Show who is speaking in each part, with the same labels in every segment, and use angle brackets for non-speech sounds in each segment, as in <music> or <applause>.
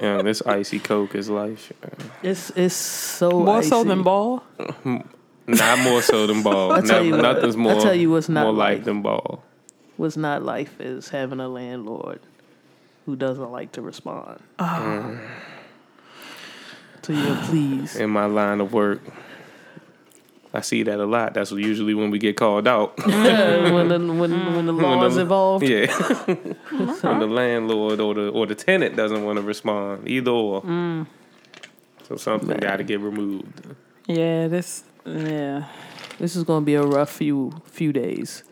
Speaker 1: yeah, this icy coke is life.
Speaker 2: It's it's so
Speaker 3: More so
Speaker 2: icy.
Speaker 3: than ball.
Speaker 1: Not more so than ball.
Speaker 2: I'll tell you what-
Speaker 1: nothing's more.
Speaker 2: I'll tell you what's not
Speaker 1: more
Speaker 2: life.
Speaker 1: like than ball.
Speaker 2: What's not life is having a landlord who doesn't like to respond
Speaker 3: Ah.
Speaker 2: to your pleas. <laughs>
Speaker 1: in my line of work. I see that a lot. That's usually when we get called out.
Speaker 2: Yeah, when the when when the law is
Speaker 1: <laughs>
Speaker 2: involved.
Speaker 1: yeah.
Speaker 2: <laughs>
Speaker 1: when the landlord or the or the tenant doesn't want to respond, either or.
Speaker 2: Mm.
Speaker 1: So something got to get removed.
Speaker 3: Yeah, this. Yeah,
Speaker 2: This is gonna be a rough few few days.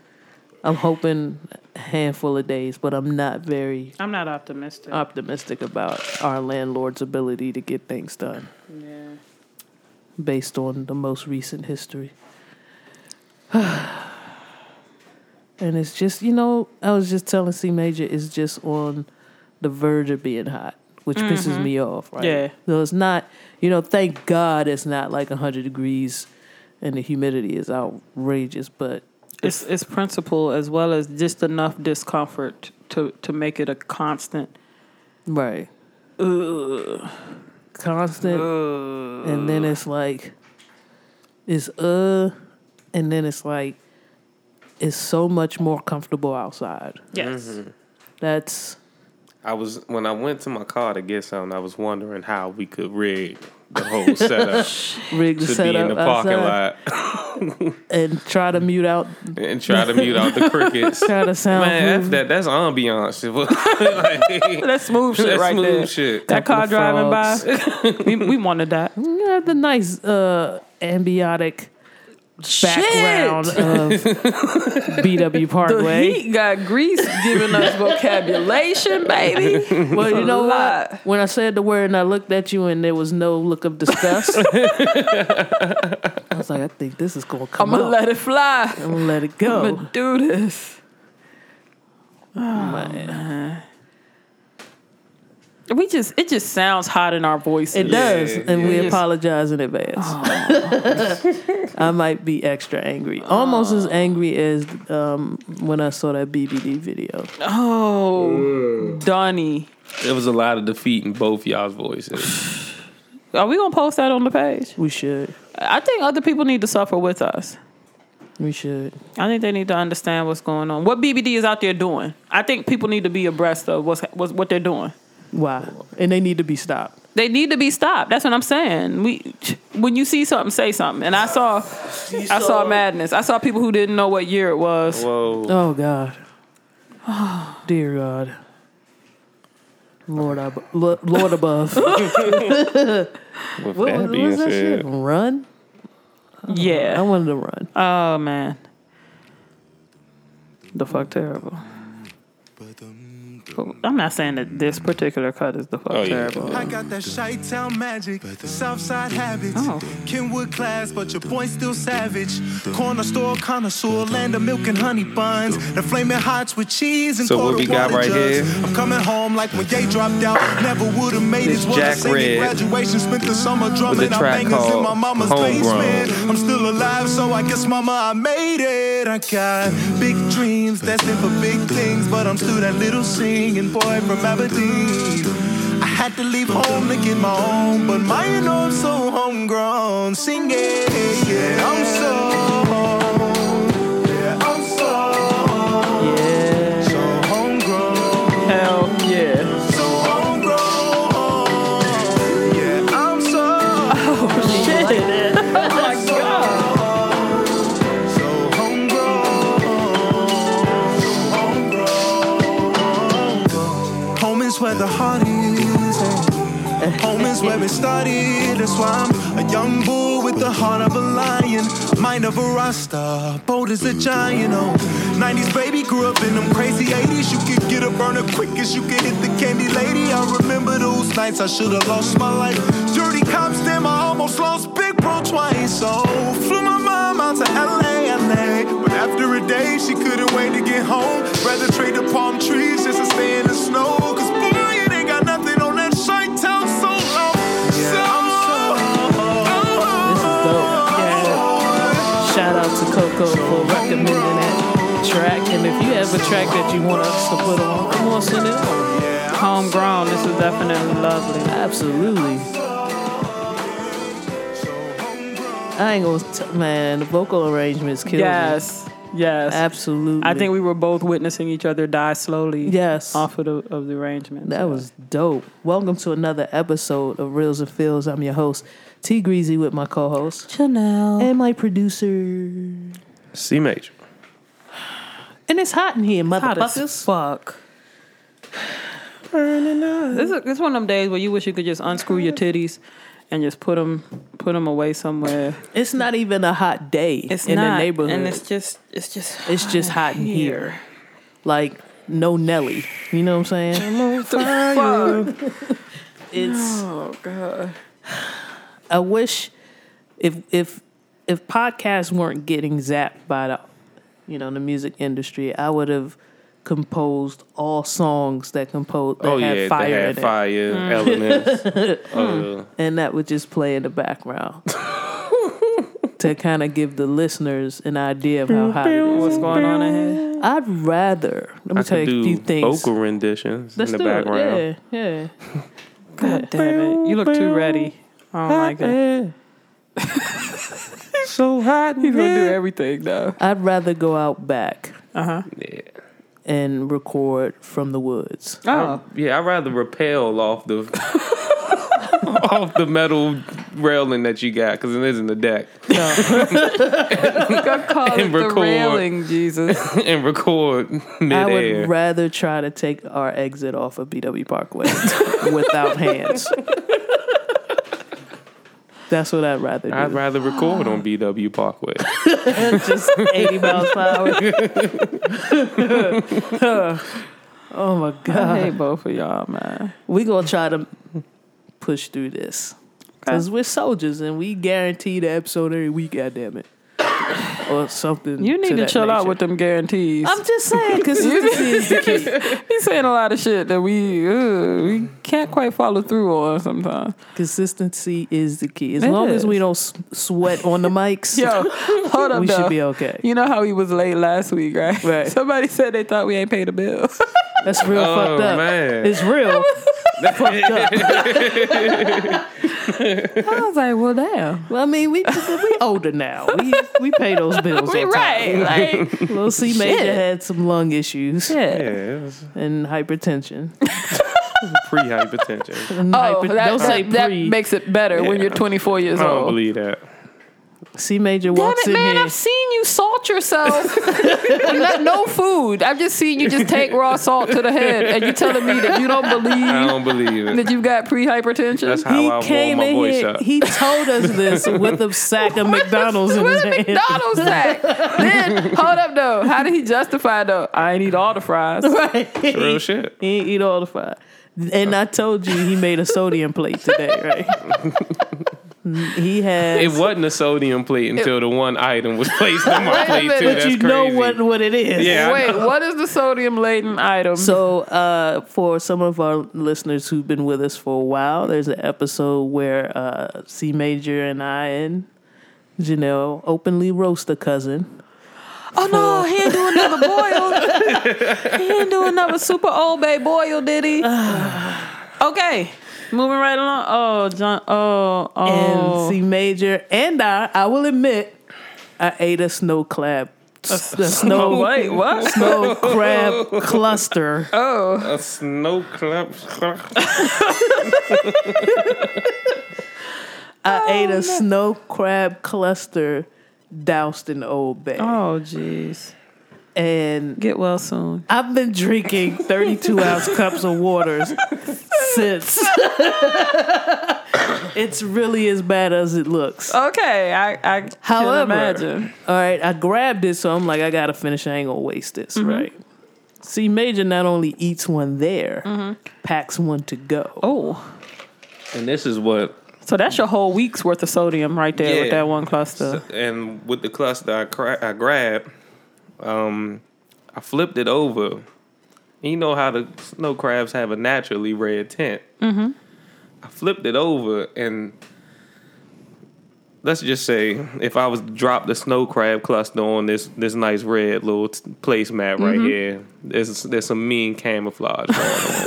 Speaker 2: I'm hoping a handful of days, but I'm not very
Speaker 3: I'm not optimistic.
Speaker 2: optimistic about our landlord's ability to get things done
Speaker 3: yeah.
Speaker 2: based on the most recent history. <sighs> and it's just, you know, I was just telling C Major is just on the verge of being hot, which pisses me off, right?
Speaker 3: Yeah.
Speaker 2: So it's not, you know, thank God it's not like 100 degrees and the humidity is outrageous, but
Speaker 3: It's it's principle as well as just enough discomfort to to make it a constant.
Speaker 2: right.
Speaker 3: Ugh,
Speaker 2: Constant
Speaker 3: ugh.
Speaker 2: and then it's like it's uh and then it's like it's so much more comfortable outside
Speaker 3: Yes.
Speaker 2: that's
Speaker 1: I was when I went to my car to get something. I was wondering how we could rig the whole
Speaker 2: <laughs>
Speaker 1: setup
Speaker 2: rigged
Speaker 1: to be
Speaker 2: setup
Speaker 1: in the parking
Speaker 2: outside
Speaker 1: lot
Speaker 2: and try to mute out
Speaker 1: <laughs> and try to mute out the crickets. <laughs>
Speaker 2: try to sound
Speaker 1: Man, that's,
Speaker 2: rude.
Speaker 1: that, that's ambiance.
Speaker 2: <laughs>
Speaker 1: like,
Speaker 3: Let's move shit
Speaker 1: that's
Speaker 3: right
Speaker 1: smooth
Speaker 3: there.
Speaker 1: shit.
Speaker 3: That
Speaker 2: Couple
Speaker 3: car
Speaker 2: of
Speaker 3: driving by, <laughs> we we wanted that
Speaker 2: yeah, the nice uh ambiotic background of
Speaker 1: <laughs>
Speaker 2: BW
Speaker 3: The
Speaker 2: Parkway.
Speaker 3: heat got grease giving us vocabulation, <laughs> baby.
Speaker 2: Well, you know
Speaker 3: lot.
Speaker 2: what? When I said the word and I looked at you and there was no look
Speaker 1: <laughs>
Speaker 2: of disgust, I was like, I think this is gonna
Speaker 3: I'm
Speaker 2: come
Speaker 3: gonna
Speaker 2: out.
Speaker 3: let it fly.
Speaker 2: I'm gonna let it go.
Speaker 3: I'm gonna do this.
Speaker 2: Oh, Man.
Speaker 3: We just it just sounds hot in our voices.
Speaker 2: It does,
Speaker 1: Yeah,
Speaker 2: and
Speaker 1: yeah. Oh.
Speaker 2: we
Speaker 1: Yes.
Speaker 2: apologize in advance. I might be extra angry, almost
Speaker 1: Oh.
Speaker 2: as angry as um, when I saw that BBD video.
Speaker 3: Oh, Donnie.
Speaker 1: There was a lot of defeat in both y'all's voices.
Speaker 3: Are we gonna post that on the page?
Speaker 2: We should,
Speaker 3: I think other people need to suffer with us.
Speaker 2: we should.
Speaker 3: I think they need to understand what's going on. What BBD is out there doing. I think people need to be abreast of what's, what's what they're doing.
Speaker 2: Why? And they need to be stopped.
Speaker 3: They need to be stopped. That's what I'm saying. We when you see something, say something. And I saw, I saw madness. I saw people who didn't know what year it was.
Speaker 1: Whoa. <sighs>
Speaker 2: Oh God, dear God, Lord, ab- Lo- Lord above. what
Speaker 1: With
Speaker 2: what
Speaker 1: that being
Speaker 2: was that shit?
Speaker 1: said,
Speaker 2: Run! I
Speaker 3: Yeah.
Speaker 2: wanted to run.
Speaker 3: Oh man. The fuck terrible. But I'm not saying that this particular cut is the fuck
Speaker 1: Oh, yeah.
Speaker 3: terrible.
Speaker 4: I got that shy town magic, Southside habits.
Speaker 3: Oh.
Speaker 4: Kenwood class, but your boy's still savage. Corner store connoisseur, land of milk and honey buns. The flaming hots with cheese and
Speaker 1: So what
Speaker 4: quarter
Speaker 1: we got
Speaker 4: water
Speaker 1: right
Speaker 4: jugs.
Speaker 1: here?
Speaker 4: I'm coming home like when Ye dropped out. Never would have made
Speaker 1: This
Speaker 4: it. Wanna
Speaker 1: Jack
Speaker 4: sing at
Speaker 1: Red
Speaker 4: graduation, spent the summer drumming.
Speaker 1: track
Speaker 4: I'm bangers in
Speaker 1: called
Speaker 4: my mama's
Speaker 1: Homegrown.
Speaker 4: basement. I'm still alive, so I guess mama, I made it. I got big dreams, destined for big things, but I'm still that little singing boy from Aberdeen. I had to leave home to get my own, but mine I'm so homegrown. Sing it, yeah, I'm so. yeah, I'm so-
Speaker 3: Yeah.
Speaker 4: so homegrown,
Speaker 3: Hell yeah.
Speaker 4: so homegrown. Yeah, I'm so-
Speaker 3: Shit.
Speaker 4: Oh So homegrown, so homegrown. Home is where the heart is. eh? and Home is where it started. That's why I'm a young bull with the heart of a lion, mind of a rasta, bold as a giant. Oh, 90s baby grew up in them crazy 80s. You could get a burner quick as you could hit the candy lady. I remember those nights I should have lost my life. Dirty cops, damn, I almost lost Big Bro twice. So flew my mom out to LA, LA. But after a day, she couldn't wait to get home. Rather trade the palm trees just to stay in the snow. Cause boy, it ain't got nothing on that shite town so long. so,
Speaker 2: This is dope. Shout out to Coco for recommending that track. And if you have a track that you want us to put on, come on, send it on.
Speaker 4: Yeah, I'm
Speaker 3: homegrown, this is definitely lovely.
Speaker 2: Absolutely. I ain't gonna t- man. The vocal arrangements killed me.
Speaker 3: Yes, yes.
Speaker 2: Absolutely.
Speaker 3: I think we were both witnessing each other die slowly.
Speaker 2: Yes.
Speaker 3: off of the of the arrangement.
Speaker 2: That was dope. Welcome to another episode of Reels and Feels. I'm your host, T Greasy, with my co-host
Speaker 3: Chanel.
Speaker 2: and my producer. And
Speaker 1: C major.
Speaker 2: it's hot in here,
Speaker 3: Hot
Speaker 2: motherfuckers.
Speaker 3: as fuck. This is this one of them days where you wish you could just unscrew your titties and just put them put them away somewhere.
Speaker 2: It's not even a hot day
Speaker 3: It's
Speaker 2: in
Speaker 3: not,
Speaker 2: the neighborhood.
Speaker 3: and it's just it's just
Speaker 2: It's just hot in here. Like no Nelly. You know what I'm saying?
Speaker 3: <laughs> Fuck.
Speaker 2: It's
Speaker 3: Oh god.
Speaker 2: I wish if if if podcasts weren't getting zapped by the you know the music industry, I would have composed all songs that composed that
Speaker 1: Oh
Speaker 2: had
Speaker 1: yeah,
Speaker 2: fire
Speaker 1: they
Speaker 2: in
Speaker 1: had
Speaker 2: it, Mm.
Speaker 1: fire
Speaker 2: <laughs>
Speaker 1: elements. Uh,
Speaker 2: and that would just play in the background <laughs> to kind of give the listeners an idea of how hot it is.
Speaker 3: What's going on in here?
Speaker 2: I'd rather let me
Speaker 1: I
Speaker 2: tell
Speaker 1: could
Speaker 2: you a
Speaker 1: do
Speaker 2: few things.
Speaker 1: vocal renditions
Speaker 2: Let's
Speaker 1: in the
Speaker 2: do
Speaker 1: background.
Speaker 2: it. Yeah,
Speaker 3: God damn it. You look too ready. I don't like it.
Speaker 2: yeah.
Speaker 3: <laughs>
Speaker 1: So hot.
Speaker 3: He's gonna do everything though.
Speaker 2: I'd rather go out back
Speaker 3: Uh-huh.
Speaker 1: Yeah.
Speaker 2: and record from the woods.
Speaker 3: Oh.
Speaker 1: Yeah, I'd rather rappel off
Speaker 2: <laughs>
Speaker 1: the off the metal railing that you got because it isn't a deck <laughs>
Speaker 3: I call it
Speaker 1: And
Speaker 3: the
Speaker 1: record.
Speaker 3: railing, Jesus.
Speaker 1: and record
Speaker 2: I
Speaker 1: midair.
Speaker 2: would rather try to take our exit off of BW Parkway <laughs> without hands. That's what I'd rather do.
Speaker 1: I'd rather record
Speaker 2: <gasps>
Speaker 1: on BW Parkway.
Speaker 2: Just 80 miles per hour. <laughs> oh my
Speaker 3: <laughs> I
Speaker 2: God.
Speaker 3: hate both of y'all, man.
Speaker 2: We're going to try to push through this. Because we're soldiers and we guarantee the episode every week, goddamn it. Or something.
Speaker 3: You need to,
Speaker 2: that
Speaker 3: chill out
Speaker 2: nature.
Speaker 3: with them guarantees.
Speaker 2: I'm just saying, because is the key.
Speaker 3: He's saying a lot of shit that we uh, we can't quite follow through on sometimes.
Speaker 2: <laughs> Consistency is the key. As
Speaker 3: It
Speaker 2: long as
Speaker 3: is.
Speaker 2: we don't s- sweat on the mics,
Speaker 3: <laughs> Yo, hold up.
Speaker 2: we should
Speaker 3: though.
Speaker 2: be okay.
Speaker 3: <laughs> You know how he was late last week, right?
Speaker 2: Right.
Speaker 3: <laughs> Somebody said they thought we ain't paid the bill.
Speaker 2: That's real
Speaker 1: oh
Speaker 2: fucked up.
Speaker 1: man,
Speaker 2: It's
Speaker 3: <laughs>
Speaker 2: real.
Speaker 3: I was like, well, damn.
Speaker 2: well, I mean, we we older now. We we pay those bills.
Speaker 3: We
Speaker 2: on
Speaker 1: <laughs>
Speaker 3: right.
Speaker 2: Time.
Speaker 3: Like,
Speaker 2: Little C Major
Speaker 3: Shit.
Speaker 2: had some lung issues
Speaker 1: yeah,
Speaker 3: shit.
Speaker 1: it was
Speaker 2: and
Speaker 3: <laughs>
Speaker 2: hypertension.
Speaker 1: pre hypertension.
Speaker 2: <laughs> And
Speaker 3: Oh,
Speaker 2: hyper-
Speaker 3: that,
Speaker 2: don't say
Speaker 3: that, that
Speaker 2: pre.
Speaker 3: makes it better when
Speaker 1: Yeah.
Speaker 3: you're 24 years
Speaker 1: I don't
Speaker 3: old.
Speaker 1: believe that.
Speaker 2: C Major
Speaker 3: Damn
Speaker 2: walks
Speaker 3: it,
Speaker 2: in
Speaker 3: man!
Speaker 2: here.
Speaker 3: I've seen you
Speaker 1: <laughs>
Speaker 3: salt yourself. With not, no food. I've just seen you just take raw salt to the head, and you telling me that you don't
Speaker 1: I
Speaker 3: believe
Speaker 1: don't believe
Speaker 2: <laughs>
Speaker 1: it.
Speaker 3: that you've got pre
Speaker 1: That's
Speaker 3: hypertension.
Speaker 1: how I warm my voice
Speaker 2: here.
Speaker 1: up.
Speaker 2: He told us
Speaker 1: <laughs>
Speaker 2: this with a sack of McDonald's in his
Speaker 3: Where's
Speaker 2: hand.
Speaker 3: McDonald's at?
Speaker 1: <laughs>
Speaker 3: then hold up though. How did he justify though? I ain't eat all the fries.
Speaker 2: Right.
Speaker 1: Real shit.
Speaker 2: He ain't eat all the fire. And I told you he made a sodium plate today, right? <laughs> he had.
Speaker 1: It wasn't a sodium plate until the one item was placed on
Speaker 2: <laughs>
Speaker 1: my plate
Speaker 3: minute.
Speaker 1: too.
Speaker 3: But
Speaker 1: That's
Speaker 2: you
Speaker 1: crazy.
Speaker 2: know what what it is.
Speaker 1: Yeah. I
Speaker 3: Wait, what is the sodium laden item?
Speaker 2: So, uh, for some of our listeners who've been with us for a while, there's an episode where uh, C Major and I and Janelle openly roast a cousin.
Speaker 3: oh no, he didn't do another boil. he didn't do another super old bay boil, did <sighs> he? okay. Moving right along. Oh, John. Oh, oh.
Speaker 2: And C Major and I, I will admit, I ate a snow crab. A,
Speaker 3: oh,
Speaker 2: snow,
Speaker 3: wait, what? <laughs>
Speaker 2: snow crab cluster.
Speaker 1: A snow clump.
Speaker 2: <laughs> I ate a
Speaker 3: Um,
Speaker 2: snow crab cluster doused in Old Bay.
Speaker 3: Oh, jeez.
Speaker 2: And
Speaker 3: Get well soon.
Speaker 2: I've been drinking 32 ounce cups of waters since. <laughs> it's really as bad as it looks.
Speaker 3: Okay, I, I
Speaker 2: However,
Speaker 3: Oh, can imagine.
Speaker 2: All right, I grabbed it, so I'm like, I gotta finish. I ain't gonna waste this,
Speaker 3: Mm-hmm.
Speaker 2: right? See, Major not only eats one there,
Speaker 3: Mm-hmm.
Speaker 2: packs one to go.
Speaker 3: Oh,
Speaker 1: And this is what
Speaker 3: so that's your whole week's worth of sodium right there with
Speaker 1: Yeah.
Speaker 3: that one cluster.
Speaker 1: and with the cluster I, cra- I grabbed, um, I flipped it over. You know how the snow crabs have a naturally red tint. Mm-hmm. I flipped it over, and let's just say if I was to drop the snow crab cluster on this this nice red
Speaker 3: Mm-hmm.
Speaker 1: little t- placemat right here, there's there's some mean camouflage going on.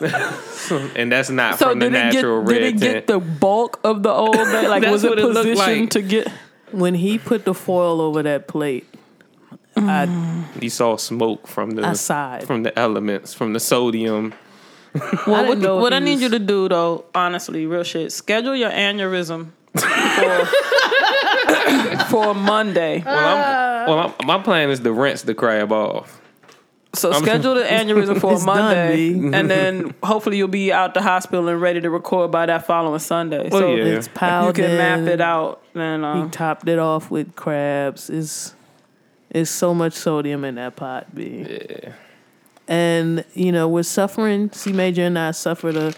Speaker 3: <laughs>
Speaker 1: <laughs> and that's not
Speaker 3: So
Speaker 1: from the
Speaker 3: did it, get,
Speaker 1: natural
Speaker 3: did
Speaker 1: red
Speaker 3: it
Speaker 1: tint.
Speaker 3: get the bulk of the old bay?
Speaker 1: <laughs>
Speaker 3: Like
Speaker 1: That's
Speaker 3: was it
Speaker 1: what it looked
Speaker 3: positioned
Speaker 1: like.
Speaker 3: to get?
Speaker 2: When he put the foil over that plate,
Speaker 3: Mm.
Speaker 2: I,
Speaker 1: you saw smoke from the
Speaker 2: I sighed.
Speaker 1: from the elements, from the sodium.
Speaker 3: Well,
Speaker 2: didn't
Speaker 3: what,
Speaker 2: know if
Speaker 3: what I
Speaker 2: he
Speaker 3: need
Speaker 2: was-
Speaker 3: you to do though, honestly, real shit, schedule your aneurysm for, for Monday. Ah.
Speaker 1: Well, I'm, well I'm, my plan is to rinse the crab off.
Speaker 3: So
Speaker 2: <laughs>
Speaker 3: schedule the aneurysm for
Speaker 2: It's done,
Speaker 3: Monday,
Speaker 2: B. Mm-hmm.
Speaker 3: and then hopefully you'll be out the hospital and ready to record by that following Sunday.
Speaker 1: Well,
Speaker 3: so
Speaker 1: yeah.
Speaker 2: it's
Speaker 3: you
Speaker 2: piled
Speaker 3: can map
Speaker 2: in.
Speaker 3: it out. Then
Speaker 2: He
Speaker 3: uh,
Speaker 2: topped it off with crabs. It's it's so much sodium in that pot, B.
Speaker 1: Yeah.
Speaker 2: And you know we're suffering. C Major and I suffered a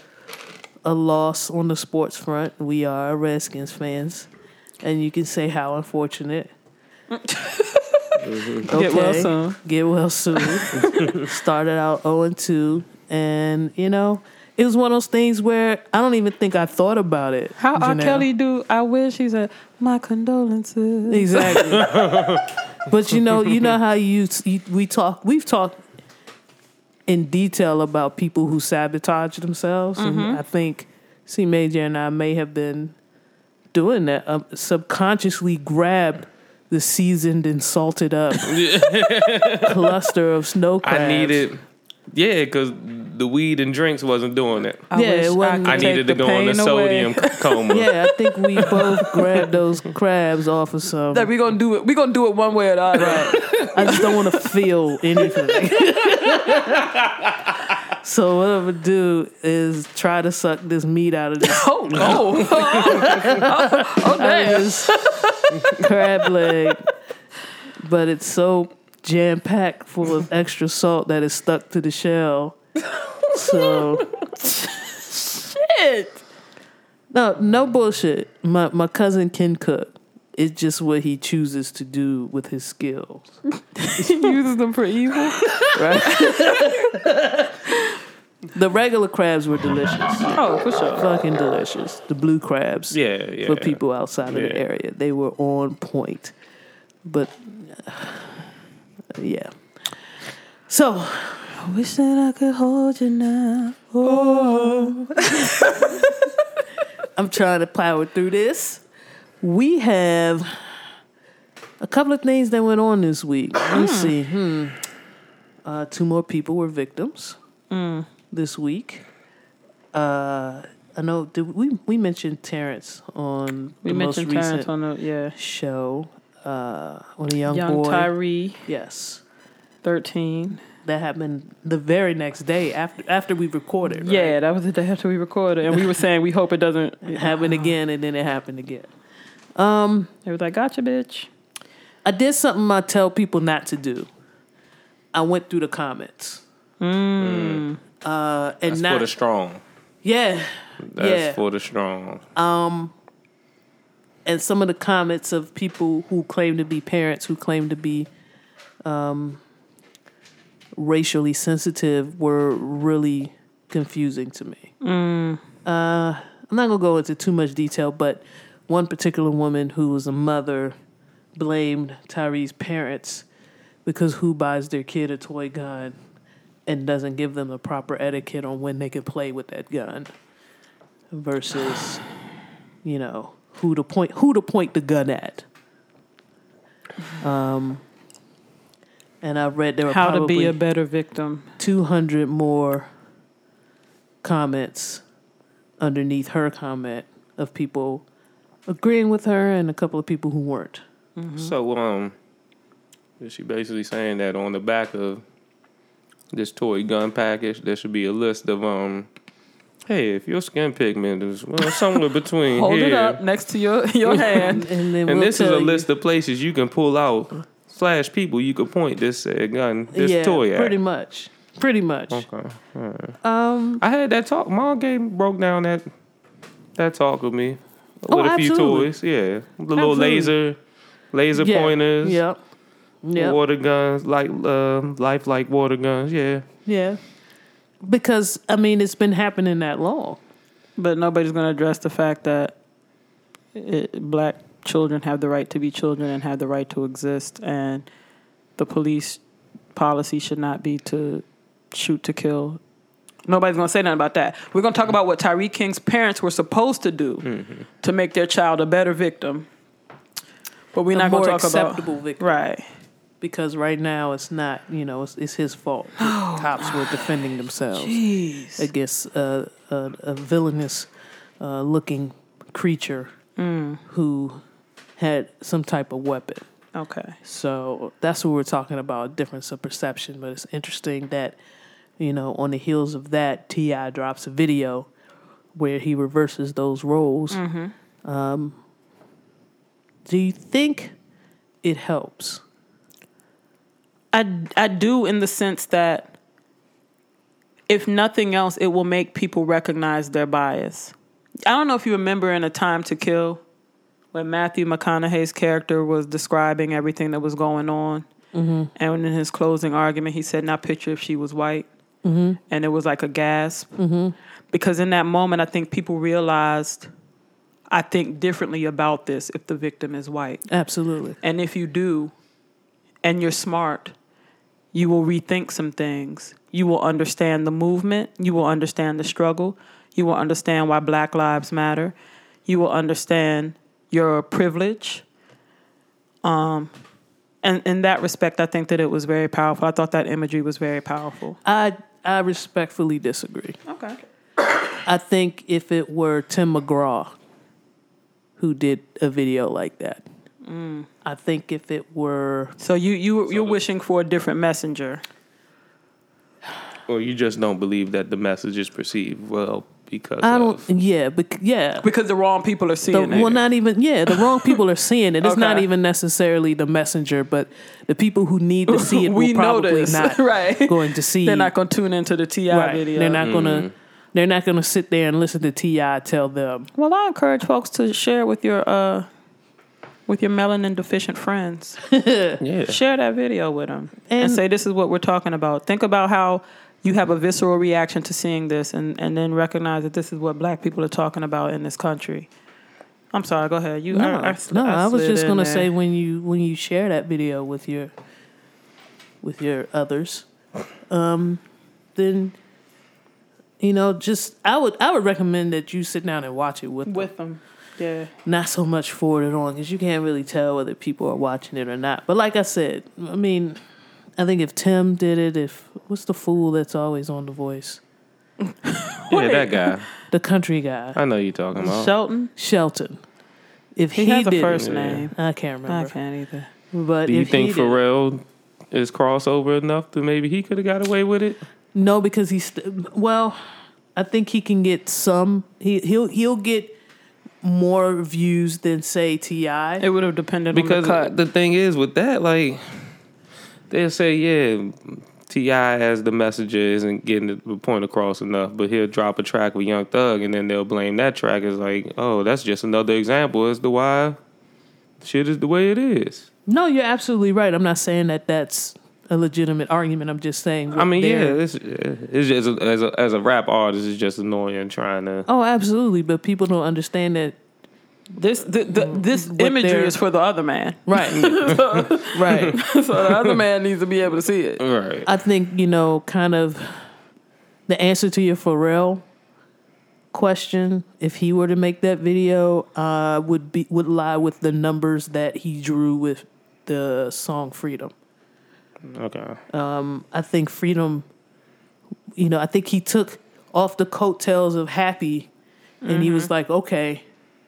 Speaker 2: a loss on the sports front. We are Redskins fans, and you can say
Speaker 1: <laughs>
Speaker 2: how unfortunate.
Speaker 3: get well
Speaker 2: Okay.
Speaker 3: soon.
Speaker 2: get well
Speaker 1: <laughs>
Speaker 2: soon. Started out 0 and 2. And, you know, it was one of those things where I don't even think I thought about it.
Speaker 3: How R.
Speaker 2: Janelle.
Speaker 3: Kelly do? I wish he said my condolences.
Speaker 2: <laughs>
Speaker 3: <laughs>
Speaker 2: Exactly. but, you know, you know how you, you, we talk, we've talked in detail about people who sabotage themselves.
Speaker 3: Mm-hmm.
Speaker 2: And I think C. Major and I may have been doing that, uh, subconsciously grabbed the seasoned and salted
Speaker 3: <laughs>
Speaker 2: up cluster of snow crabs.
Speaker 1: I needed, yeah, because the weed and drinks wasn't doing it.
Speaker 3: I
Speaker 2: Yeah,
Speaker 3: wish
Speaker 2: it wasn't-
Speaker 1: I
Speaker 3: could take
Speaker 1: needed to
Speaker 3: the
Speaker 1: go on a
Speaker 3: pain
Speaker 1: sodium
Speaker 3: <laughs> away.
Speaker 1: c- coma.
Speaker 2: Yeah, I think we both grabbed those crabs off of some.
Speaker 3: That we gonna do it. We gonna do it one way or the other.
Speaker 2: I just don't want to feel anything. so what I'm gonna do is try to suck this meat out of this
Speaker 3: <laughs> Oh
Speaker 2: <laughs>
Speaker 3: no! <laughs> oh, damn!
Speaker 2: this crab leg, but it's so jam packed full of extra salt that it's stuck to the shell. So
Speaker 3: Shit!
Speaker 2: No, no bullshit. My my cousin can cook. It's just what he chooses to do with his skills.
Speaker 3: He uses them for evil.
Speaker 2: <laughs> The regular crabs were delicious.
Speaker 3: Oh, for sure.
Speaker 2: Fucking delicious. The blue crabs.
Speaker 1: yeah, yeah.
Speaker 2: For people outside of
Speaker 1: Yeah.
Speaker 2: the area. They were on point. But yeah. So
Speaker 3: I wish that I could hold you now.
Speaker 1: Oh.
Speaker 2: <laughs> I'm trying to power through this. We have a couple of things that went on this week. Let's see. Hmm. Uh, two more people were victims
Speaker 3: Hmm.
Speaker 2: this week. Uh, I know. Did we we mentioned Terrence on
Speaker 3: We
Speaker 2: the
Speaker 3: mentioned
Speaker 2: most
Speaker 3: Terrence
Speaker 2: recent
Speaker 3: on the yeah.
Speaker 2: show uh, on a young,
Speaker 3: Young
Speaker 2: boy.
Speaker 3: Tyree,
Speaker 2: yes,
Speaker 3: thirteen.
Speaker 2: that happened the very next day after after we recorded. right?
Speaker 3: Yeah, that was the day after we recorded, and we were saying we hope it doesn't.
Speaker 2: it happened again, and then it happened again.
Speaker 3: It was like, gotcha, bitch.
Speaker 2: I did something I tell people not to do. I went through the comments. Uh, and
Speaker 1: That's
Speaker 2: not
Speaker 1: for the strong.
Speaker 2: yeah,
Speaker 1: That's
Speaker 2: Yeah.
Speaker 1: for the strong.
Speaker 2: and some of the comments of people who claim to be parents who claim to be um, racially sensitive were really confusing to me. Uh, I'm not gonna go into too much detail, but one particular woman who was a mother blamed Tyree's parents because who buys their kid a toy gun and doesn't give them the proper etiquette on when they can play with that gun versus you know who to point who to point the gun at. Um, and I read there were
Speaker 3: How to
Speaker 2: probably
Speaker 3: be a better victim.
Speaker 2: 200 more comments underneath her comment of people agreeing with her and a couple of people who weren't.
Speaker 3: Mm-hmm.
Speaker 1: So, um, she basically saying that on the back of this toy gun package, there should be a list of, um, hey, if your skin pigment is well,
Speaker 3: <laughs>
Speaker 1: somewhere between
Speaker 3: Hold
Speaker 1: here
Speaker 3: it up next to your <laughs>
Speaker 2: <laughs>
Speaker 3: your hand.
Speaker 2: And then
Speaker 1: and
Speaker 2: we'll
Speaker 1: this is
Speaker 2: tell
Speaker 1: a
Speaker 2: you-
Speaker 1: list of places you can pull out slash people you could point this uh, gun, this
Speaker 2: yeah,
Speaker 1: toy at.
Speaker 2: pretty much. Pretty much. Um,
Speaker 1: Okay. alright. I had that talk. Mom gave broke down that that talk with me
Speaker 2: Oh,
Speaker 1: with a few
Speaker 2: absolutely.
Speaker 1: toys. Yeah, the little
Speaker 2: Absolutely.
Speaker 1: laser, laser
Speaker 2: Yeah.
Speaker 1: pointers,
Speaker 2: Yep. Yep.
Speaker 1: water guns, like um, life like water guns. Yeah,
Speaker 2: Yeah. Because I mean it's been happening that long.
Speaker 3: But nobody's going to address the fact that it, black children have the right to be children and have the right to exist, and the police policy should not be to shoot to kill Nobody's gonna say nothing about that. We're gonna talk about what Tyreek King's parents were supposed to do to make their child a better victim. But we're
Speaker 2: A
Speaker 3: not gonna
Speaker 2: more
Speaker 3: talk about
Speaker 2: acceptable victim.
Speaker 3: Right.
Speaker 2: because right now it's not, you know, it's, it's his
Speaker 3: <gasps>
Speaker 2: fault. Cops were defending themselves against uh, a, a villainous uh, looking creature who had some type of weapon.
Speaker 3: Okay.
Speaker 2: So that's what we're talking about difference of perception. But it's interesting that, you know, on the heels of that, T.I. drops a video where he reverses those roles. Um, do you think it helps?
Speaker 3: I I do in the sense that if nothing else, it will make people recognize their bias. I don't know if you remember in A Time to Kill when Matthew McConaughey's character was describing everything that was going on. And in his closing argument, he said, Now picture if she was white. And it was like a gasp. Because in that moment, I think people realized, I think differently about this if the victim is white.
Speaker 2: Absolutely.
Speaker 3: And if you do, and you're smart, you will rethink some things. You will understand the movement. You will understand the struggle. You will understand why Black Lives Matter. You will understand your privilege. Um, and in that respect, I think that it was very powerful. I thought that imagery was very powerful.
Speaker 2: I I respectfully disagree.
Speaker 3: Okay.
Speaker 2: I think if it were Tim McGraw who did a video like that,
Speaker 3: Mm.
Speaker 2: I think if it were
Speaker 3: So you you you're wishing for a different messenger.
Speaker 1: Or you just don't believe that the message is perceived well because
Speaker 2: I don't
Speaker 1: of-
Speaker 2: yeah, but yeah.
Speaker 3: Because the wrong people are
Speaker 2: The,
Speaker 3: seeing it.
Speaker 2: well, not even yeah. The wrong people are seeing it. It's not
Speaker 3: Okay.
Speaker 2: even necessarily the messenger, but the people who need to
Speaker 3: <laughs>
Speaker 2: see it
Speaker 3: We
Speaker 2: will probably
Speaker 3: notice,
Speaker 2: not
Speaker 3: <laughs> right.
Speaker 2: going to see.
Speaker 3: They're not going to tune into the Ti
Speaker 2: right.
Speaker 3: video.
Speaker 2: They're not gonna. They're not gonna sit there and listen to Ti tell them
Speaker 3: Well, I encourage folks to share with your uh, with your melanin deficient <laughs> friends.
Speaker 1: yeah.
Speaker 3: share that video with them and,
Speaker 2: And-
Speaker 3: say this is what we're talking about. Think about how you have a visceral reaction to seeing this, and and then recognize that this is what Black people are talking about in this country. I'm sorry. Go ahead. You.
Speaker 2: No,
Speaker 3: I, I,
Speaker 2: no, I, was
Speaker 3: slid
Speaker 2: just
Speaker 3: in
Speaker 2: gonna
Speaker 3: there.
Speaker 2: say when you when you share that video with your with your others, um, then you know, just I would I would recommend that you sit down and watch it with, them.
Speaker 3: with them. Yeah.
Speaker 2: not so much forward it on because you can't really tell whether people are watching it or not. But like I said, I mean, I think if Tim did it, if what's the fool that's always on The Voice,
Speaker 1: yeah, that guy.
Speaker 2: the country guy
Speaker 1: I know you're talking about.
Speaker 3: Shelton.
Speaker 2: Shelton, if
Speaker 3: He,
Speaker 2: he,
Speaker 3: has
Speaker 2: did
Speaker 3: a first
Speaker 2: it,
Speaker 3: name.
Speaker 2: I can't remember.
Speaker 3: I can't either.
Speaker 2: But
Speaker 1: Do you
Speaker 2: if he
Speaker 1: think
Speaker 2: did it-
Speaker 1: Pharrell is crossover enough that maybe he could have got away with it?
Speaker 2: No, because he's st- well. I think he can get some. He he'll he'll get more views than say Ti.
Speaker 3: It would have depended
Speaker 1: Because
Speaker 3: on the cut.
Speaker 1: the thing is with that, like they'll say, yeah, Ti as the messenger isn't getting the- the point across enough, but he'll drop a track with Young Thug, and then they'll blame that track as like, oh, that's just another example as to why shit is the way it is.
Speaker 2: No, you're absolutely right. I'm not saying that that's a legitimate argument. I'm just saying.
Speaker 1: I
Speaker 2: what
Speaker 1: mean, yeah,
Speaker 2: they're-
Speaker 1: it's, it's just as a, as a rap artist, it's just annoying trying to.
Speaker 2: Oh, absolutely. But people don't understand that.
Speaker 3: This the, the, this
Speaker 2: What
Speaker 3: imagery
Speaker 2: they're-
Speaker 3: is for the other man.
Speaker 2: Right. right.
Speaker 3: <laughs> so the other man needs to be able to see it.
Speaker 1: Right.
Speaker 2: <laughs> I think you know, kind of the answer to your Pharrell question. If he were to make that video, uh, would be would lie with the numbers that he drew with the song Freedom.
Speaker 1: Okay.
Speaker 2: I think Freedom, you know, I think he took off the coattails of Happy, and he
Speaker 3: Mm-hmm.
Speaker 2: was like, okay,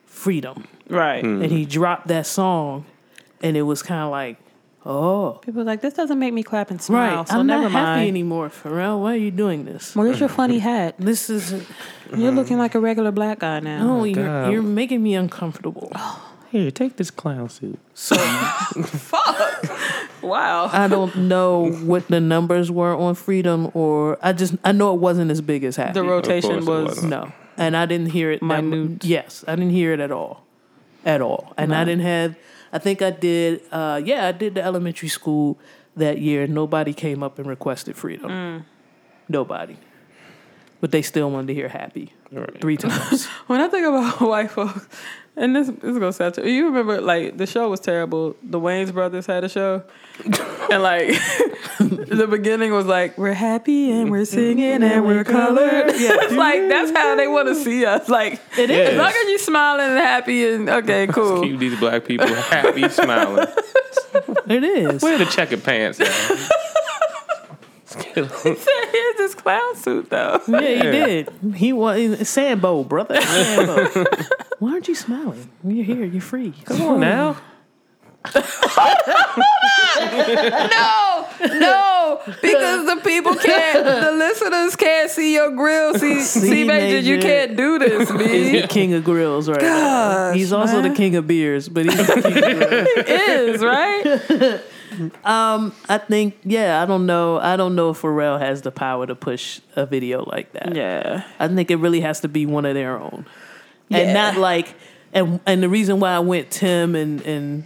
Speaker 2: Freedom,
Speaker 3: Right.
Speaker 1: Hmm.
Speaker 2: and he dropped that song, and it was kind of like, oh,
Speaker 3: People are like, this doesn't make me clap and
Speaker 2: right,
Speaker 3: smile. So
Speaker 2: I'm
Speaker 3: never
Speaker 2: not happy
Speaker 3: mind.
Speaker 2: anymore, Pharrell. Why are you doing this?
Speaker 3: Where's your funny hat?
Speaker 2: This
Speaker 3: Oh
Speaker 2: is
Speaker 3: <laughs> You're looking
Speaker 1: Hmm.
Speaker 3: like a regular black guy now.
Speaker 2: No, you're,
Speaker 1: God.
Speaker 2: you're making me uncomfortable.
Speaker 3: Oh.
Speaker 1: Here, take this clown suit.
Speaker 2: So <laughs>
Speaker 3: Wow.
Speaker 2: I don't know what the numbers were on Freedom, or I just I know it wasn't as big as Happy.
Speaker 3: The rotation
Speaker 1: course it
Speaker 3: was.
Speaker 1: wasn't.
Speaker 2: no, and I didn't hear it. that mu-
Speaker 3: Minute.
Speaker 2: yes, I didn't hear it at all, at all. And I didn't have. I think I did. Uh, yeah, I did the elementary school that year. Nobody came up and requested Freedom. Nobody. But they still wanted to hear Happy
Speaker 1: Right.
Speaker 2: <laughs> three times.
Speaker 3: When I think about <laughs> white folks, And this, this is gonna sound. ter- You remember, like the show was terrible. The Wayne's brothers had a show, and like <laughs> the beginning was like, "We're happy and we're singing and we're colored." it's like that's how they want to see us. Like
Speaker 2: It
Speaker 1: Yeah.
Speaker 2: is.
Speaker 3: as long as you smiling and happy and okay, cool.
Speaker 1: Keep these black people
Speaker 2: <laughs>
Speaker 1: happy, smiling.
Speaker 2: It is.
Speaker 1: Where the checkered pants at?
Speaker 3: <laughs> Here's this clown suit though.
Speaker 2: Yeah, he did. He was Sambo, brother. Sambo. <laughs> Why aren't you smiling? You're here. You're free. Come on now.
Speaker 3: No, <laughs> no, because the people can't, the listeners can't see your grill. <laughs> See, see, Major, you
Speaker 2: Major.
Speaker 3: can't do <laughs> this,
Speaker 2: He's the
Speaker 3: B.
Speaker 2: king of grills right now. He's also the king of beers, but he's the king <laughs> of grills.
Speaker 3: Is right?
Speaker 2: I think, yeah, I don't know. I don't know if Pharrell has the power to push a video like that.
Speaker 3: <laughs> Yeah.
Speaker 2: I think it really has to be one of their own, and
Speaker 3: Yeah.
Speaker 2: not like and and the reason why I went Tim and and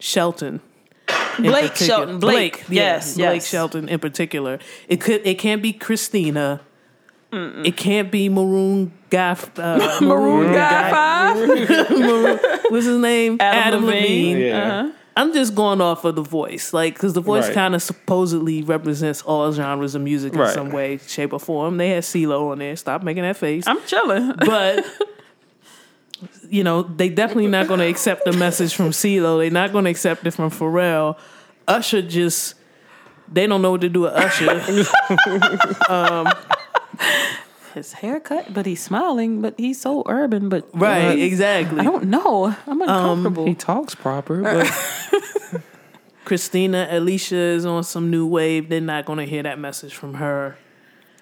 Speaker 2: Shelton. in
Speaker 3: Blake
Speaker 2: particular-
Speaker 3: Shelton, Blake, yes,
Speaker 2: Blake
Speaker 3: yes.
Speaker 2: Shelton in particular. It could, it can't be Christina. It can't be Maroon Guy, uh,
Speaker 3: <laughs>
Speaker 2: Maroon
Speaker 3: Guy
Speaker 2: <laughs>
Speaker 3: five.
Speaker 2: What's his name?
Speaker 3: Adam
Speaker 1: <laughs>
Speaker 3: Levine.
Speaker 1: Yeah.
Speaker 2: I'm just going off of the voice, like because the voice
Speaker 1: Right.
Speaker 2: kind of supposedly represents all genres of music in
Speaker 1: Right.
Speaker 2: some way, shape, or form. They had CeeLo on there. Stop making that face.
Speaker 3: I'm <laughs> chilling.
Speaker 2: but you know they definitely not going to accept the message from CeeLo. They're not going to accept it from Pharrell. Usher just they don't know what to do with
Speaker 3: <laughs>
Speaker 2: Usher.
Speaker 3: His haircut, but he's smiling, but he's so urban, but uh,
Speaker 2: right? Exactly.
Speaker 3: I don't know. I'm uncomfortable.
Speaker 1: He talks proper,
Speaker 2: <laughs>
Speaker 1: but
Speaker 2: Christina Alicia is on some new wave. They're not going to hear that message from her.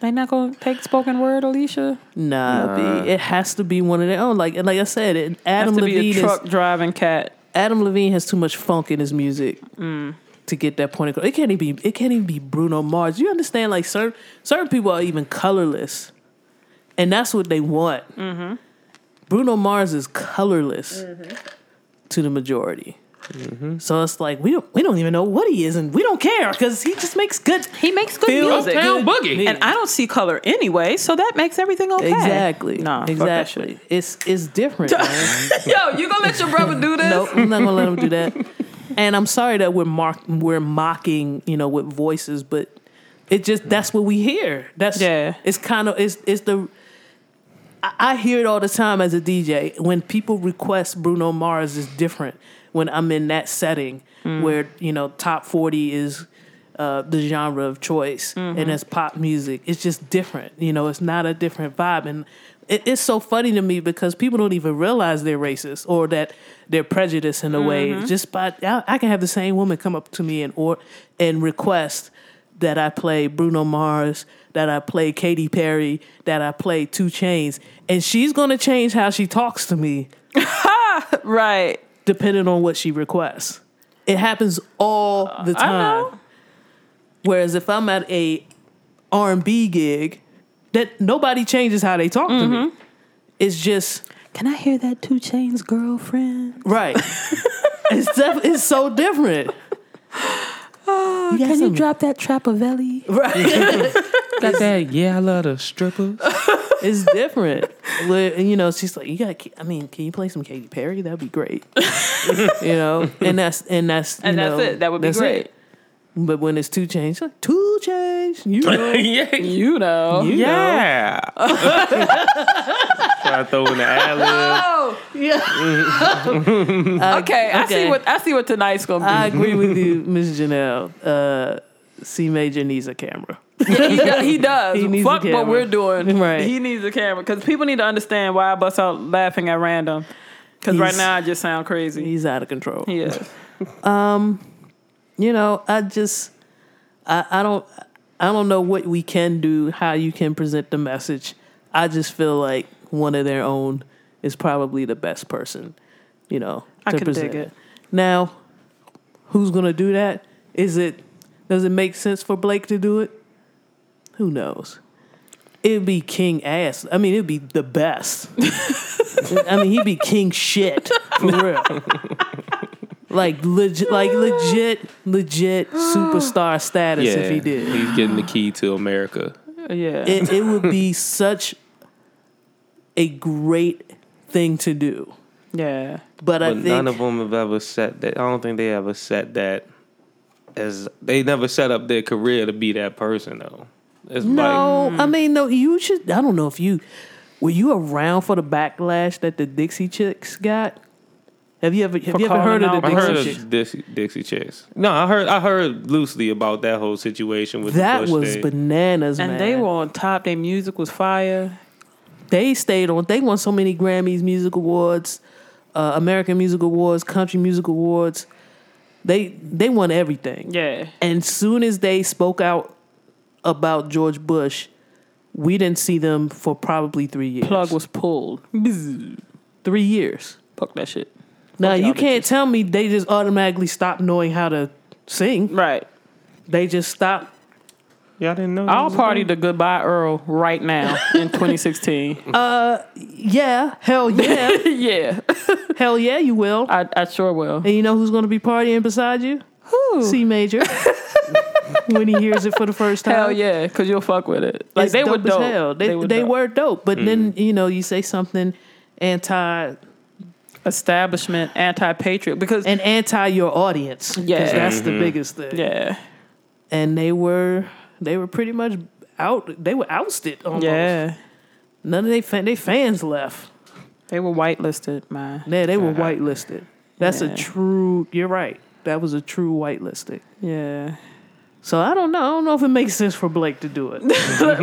Speaker 3: they not gonna take spoken word, Alicia.
Speaker 2: Nah, B, it has to be one of their own. Like and like I said, and Adam
Speaker 3: Has to
Speaker 2: Levine
Speaker 3: be a
Speaker 2: is-
Speaker 3: truck driving cat.
Speaker 2: Adam Levine has too much funk in his music
Speaker 3: Mm.
Speaker 2: to get that point across. It can't even be it can't even be Bruno Mars. You understand? Like certain certain people are even colorless, and that's what they want.
Speaker 3: Mm-hmm.
Speaker 2: Bruno Mars is colorless to the majority. So it's like we don't we don't even know what he is, and we don't care because he just makes good.
Speaker 3: He makes good
Speaker 2: Feel
Speaker 3: music.
Speaker 1: Uptown Boogie.
Speaker 3: And I don't see color anyway, so that makes everything okay.
Speaker 2: Exactly.
Speaker 3: Nah, fuck that
Speaker 2: exactly. It's it's
Speaker 3: <laughs>
Speaker 2: different. man.
Speaker 3: Yo, you gonna let your brother do this?
Speaker 2: Nope, I'm not gonna let them do that. And I'm sorry that we're mark we're mocking, you know, with voices, but it just that's what we hear. That's
Speaker 3: Yeah.
Speaker 2: It's kind of it's it's the. I, I hear it all the time as a DJ when people request Bruno Mars is different when I'm in that setting where you know top forty is. Uh, the genre of choice and it's pop music. It's just different, you know. It's not a different vibe, and it, it's so funny to me because people don't even realize they're racist or that they're prejudiced in a way. Just by I, I can have the same woman come up to me and or and request that I play Bruno Mars, that I play Katy Perry, that I play Two Chains, and she's gonna change how she talks to me
Speaker 3: Right.
Speaker 2: depending on what she requests. It happens all the time.
Speaker 3: know.
Speaker 2: Whereas if I'm at a R and B gig, that nobody changes how they talk to me. It's just
Speaker 3: Can I hear that two chains girlfriend?
Speaker 2: Right. it's def- it's so different. you got
Speaker 3: Can you
Speaker 2: some-
Speaker 3: drop that Trapavelli?
Speaker 1: got that. Yeah, I love the strippers.
Speaker 2: <laughs> it's different. Where, you know, she's like, you got. I mean, can you play some Katy Perry? That'd be great. you know, and that's and that's
Speaker 3: And
Speaker 2: you
Speaker 3: that's
Speaker 2: know,
Speaker 3: it. That would be
Speaker 2: that's
Speaker 3: great.
Speaker 2: it. But when it's two change, like two change, you
Speaker 1: uh,
Speaker 3: <laughs>
Speaker 2: know,
Speaker 1: yeah,
Speaker 3: You know.
Speaker 2: you know.
Speaker 1: yeah. Try to throw in the ad
Speaker 3: Oh, <laughs>
Speaker 2: yeah.
Speaker 3: Uh, okay. I see
Speaker 2: okay.
Speaker 3: what I see what tonight's gonna be.
Speaker 2: I agree with you, Ms. Janelle. Uh, C major needs a camera.
Speaker 3: he, do- Uh, he does.
Speaker 2: He needs
Speaker 3: Fuck
Speaker 2: a
Speaker 3: what
Speaker 2: camera.
Speaker 3: we're doing.
Speaker 2: Right.
Speaker 3: He needs a camera because people need to understand why I bust out laughing at random. Because right
Speaker 2: He's-
Speaker 3: now I just sound crazy.
Speaker 2: He's out of control.
Speaker 3: Yeah.
Speaker 2: you know, I just I, I don't I don't know what we can do, how you can present the message. I just feel like one of their own is probably the best person, you know,
Speaker 3: I
Speaker 2: to
Speaker 3: can dig
Speaker 2: present
Speaker 3: it.
Speaker 2: Now, who's gonna do that? Is it does it make sense for Blake to do it? Who knows? It'd be king ass. I mean, it'd be the best. I mean, he'd be king shit for real. like legit, like legit, legit superstar status
Speaker 1: Yeah,
Speaker 2: if he did.
Speaker 1: he's getting the key to America.
Speaker 3: Yeah.
Speaker 2: It, it would be such a great thing to do.
Speaker 3: Yeah.
Speaker 2: But, I
Speaker 1: But
Speaker 2: think
Speaker 1: none of them have ever set that. I don't think they ever set that as they never set up their career to be that person though. It's like mm.
Speaker 2: No, I mean no. You should. I don't know if you were you around for the backlash that the Dixie Chicks got. Have you ever have you ever heard
Speaker 3: calling
Speaker 2: of the
Speaker 1: I
Speaker 2: Dixie
Speaker 1: heard
Speaker 2: Chicks?
Speaker 1: of Dixie, Dixie Chicks. No, I heard I heard loosely about that whole situation with
Speaker 2: That
Speaker 1: the Bush
Speaker 2: was
Speaker 1: thing.
Speaker 2: bananas,
Speaker 3: And
Speaker 2: man.
Speaker 3: they were on top. Their music was fire.
Speaker 2: they stayed on. They won so many Grammys, music awards, uh, American Music Awards, Country Music Awards. They they won everything.
Speaker 3: Yeah.
Speaker 2: And soon as they spoke out about George Bush, we didn't see them for probably three years.
Speaker 3: Plug was pulled. Bzzz.
Speaker 2: three years.
Speaker 3: Fuck that shit.
Speaker 2: Now
Speaker 3: y'all
Speaker 2: you can't tell me they just automatically stop knowing how to sing.
Speaker 3: Right.
Speaker 2: They just stop.
Speaker 1: Y'all didn't know. that
Speaker 3: I'll
Speaker 1: was a
Speaker 3: party
Speaker 1: thing?
Speaker 3: to Goodbye Earl right now <laughs> in 2016.
Speaker 2: Yeah, <laughs> hell yeah,
Speaker 3: yeah.
Speaker 2: hell yeah, you will.
Speaker 3: I, I sure will.
Speaker 2: And you know who's going to be partying beside you?
Speaker 3: Whew.
Speaker 2: C
Speaker 3: <laughs>
Speaker 2: major. when he hears it for the first time.
Speaker 3: Hell yeah, because you'll fuck with it. Like
Speaker 2: It's
Speaker 3: they were
Speaker 2: as
Speaker 3: dope.
Speaker 2: hell. They, they, were, dope. But then, you know, you say something anti
Speaker 3: establishment anti patriot because
Speaker 2: and anti your audience. 'cause
Speaker 3: Yeah.
Speaker 2: that's the biggest thing.
Speaker 3: yeah
Speaker 2: And they were they were pretty much out they were ousted almost.
Speaker 3: yeah
Speaker 2: None of they fan, they fans left.
Speaker 3: they were whitelisted man
Speaker 2: Yeah, they were whitelisted. That's
Speaker 3: Yeah.
Speaker 2: a true. You're right. That was a true whitelisting.
Speaker 3: yeah
Speaker 2: So I don't know. I don't know if it makes sense for Blake to do it.
Speaker 3: <laughs> we,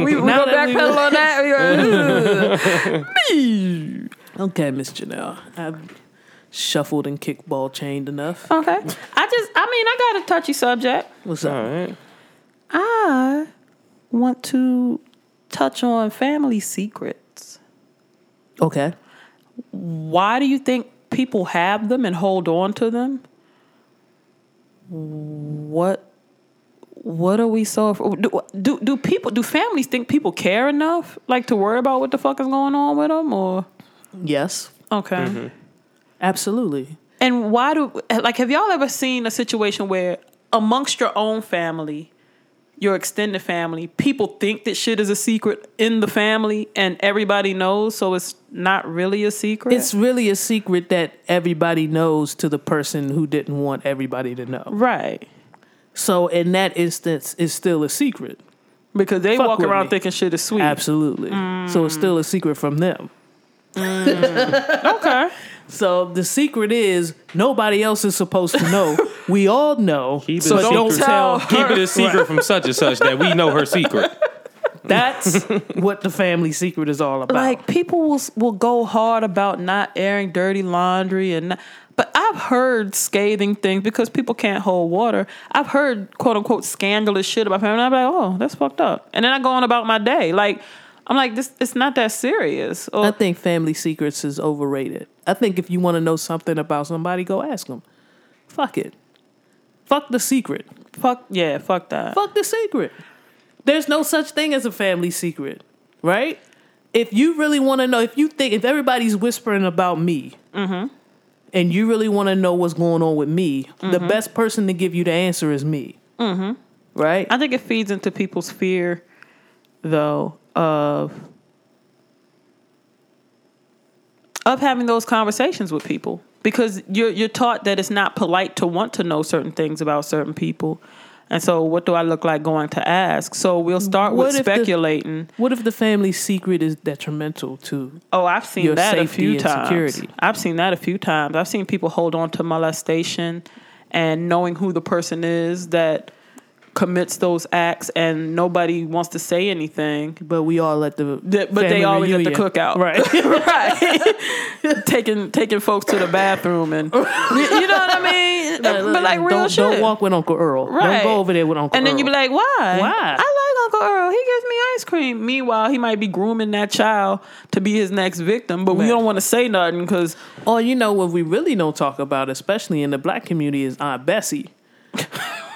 Speaker 3: we
Speaker 2: Now
Speaker 3: go
Speaker 2: that we-
Speaker 3: backpedal on that <laughs> we go,
Speaker 2: <laughs> okay, Miss Janelle, I've shuffled and kickball chained enough.
Speaker 3: "Ugh." okay I just I mean I got a touchy subject
Speaker 2: What's up?
Speaker 1: All right.
Speaker 3: I want to touch on family secrets
Speaker 2: Okay.
Speaker 3: why do you think people have them and hold on to them? What what are we so af- do, do do people do families think people care enough like to worry about what the fuck is going on with them or
Speaker 2: Yes,
Speaker 3: okay
Speaker 2: absolutely.
Speaker 3: and why do like have y'all ever seen a situation where amongst your own family your extended family people think that shit is a secret in the family and everybody knows so it's not really a secret
Speaker 2: It's really a secret that everybody knows to the person who didn't want everybody to know.
Speaker 3: right
Speaker 2: So in that instance, it's still a secret.
Speaker 3: Because they
Speaker 2: Fuck
Speaker 3: walk
Speaker 2: with
Speaker 3: around
Speaker 2: me.
Speaker 3: thinking shit is sweet.
Speaker 2: Absolutely. So it's still a secret from them.
Speaker 3: Okay.
Speaker 2: So the secret is nobody else is supposed to <laughs> know. we all know.
Speaker 1: Keep it
Speaker 2: so
Speaker 1: a
Speaker 2: don't
Speaker 1: secret.
Speaker 2: tell.
Speaker 1: Keep it a secret from such and such that we know her secret.
Speaker 2: <laughs> That's what the family secret is all about.
Speaker 3: Like people will will go hard about not airing dirty laundry and not, but I've heard scathing things because people can't hold water. I've heard quote unquote scandalous shit about family. I'm like, oh, that's fucked up. And then I go on about my day. Like I'm like, this it's not that serious. Or
Speaker 2: I think family secrets is overrated. I think if you want to know something about somebody, go ask them. Fuck it. Fuck the secret.
Speaker 3: fuck yeah, fuck that.
Speaker 2: Fuck the secret. There's no such thing as a family secret, right? If you really want to know, if you think, if everybody's whispering about me,
Speaker 3: Mm-hmm.
Speaker 2: and you really want to know what's going on with me, the
Speaker 3: Mm-hmm.
Speaker 2: best person to give you the answer is me, mm-hmm. right?
Speaker 3: I think it feeds into people's fear, though, of of having those conversations with people because you're you're taught that it's not polite to want to know certain things about certain people, and so what do I look like going to ask? So we'll start
Speaker 2: What
Speaker 3: with
Speaker 2: if the-
Speaker 3: speculating.
Speaker 2: What if the family secret is detrimental to?
Speaker 3: Oh, I've seen
Speaker 2: your
Speaker 3: that a
Speaker 2: safety
Speaker 3: few
Speaker 2: and
Speaker 3: times.
Speaker 2: security.
Speaker 3: I've seen that a few times. I've seen people hold on to molestation and knowing who the person is that commits those acts and nobody wants to say anything.
Speaker 2: But we all at the,
Speaker 3: That, but they
Speaker 2: family
Speaker 3: always at the
Speaker 2: reunion.
Speaker 3: cookout,
Speaker 2: right? <laughs>
Speaker 3: right? taking taking folks to the bathroom and you, <laughs> you know what
Speaker 2: <laughs>
Speaker 3: I mean. but like real
Speaker 2: don't,
Speaker 3: shit,
Speaker 2: Don't walk with Uncle Earl.
Speaker 3: Right.
Speaker 2: Don't go over there with Uncle
Speaker 3: and
Speaker 2: Earl.
Speaker 3: then you be like, why?
Speaker 2: Why?
Speaker 3: I like Uncle Earl. He gives me ice cream. Meanwhile, he might be grooming that child to be his next victim, but we
Speaker 2: Right.
Speaker 3: don't want to say nothing because
Speaker 2: Or you know what we really don't talk about, especially in the black community, is Aunt
Speaker 3: <laughs>
Speaker 2: Bessie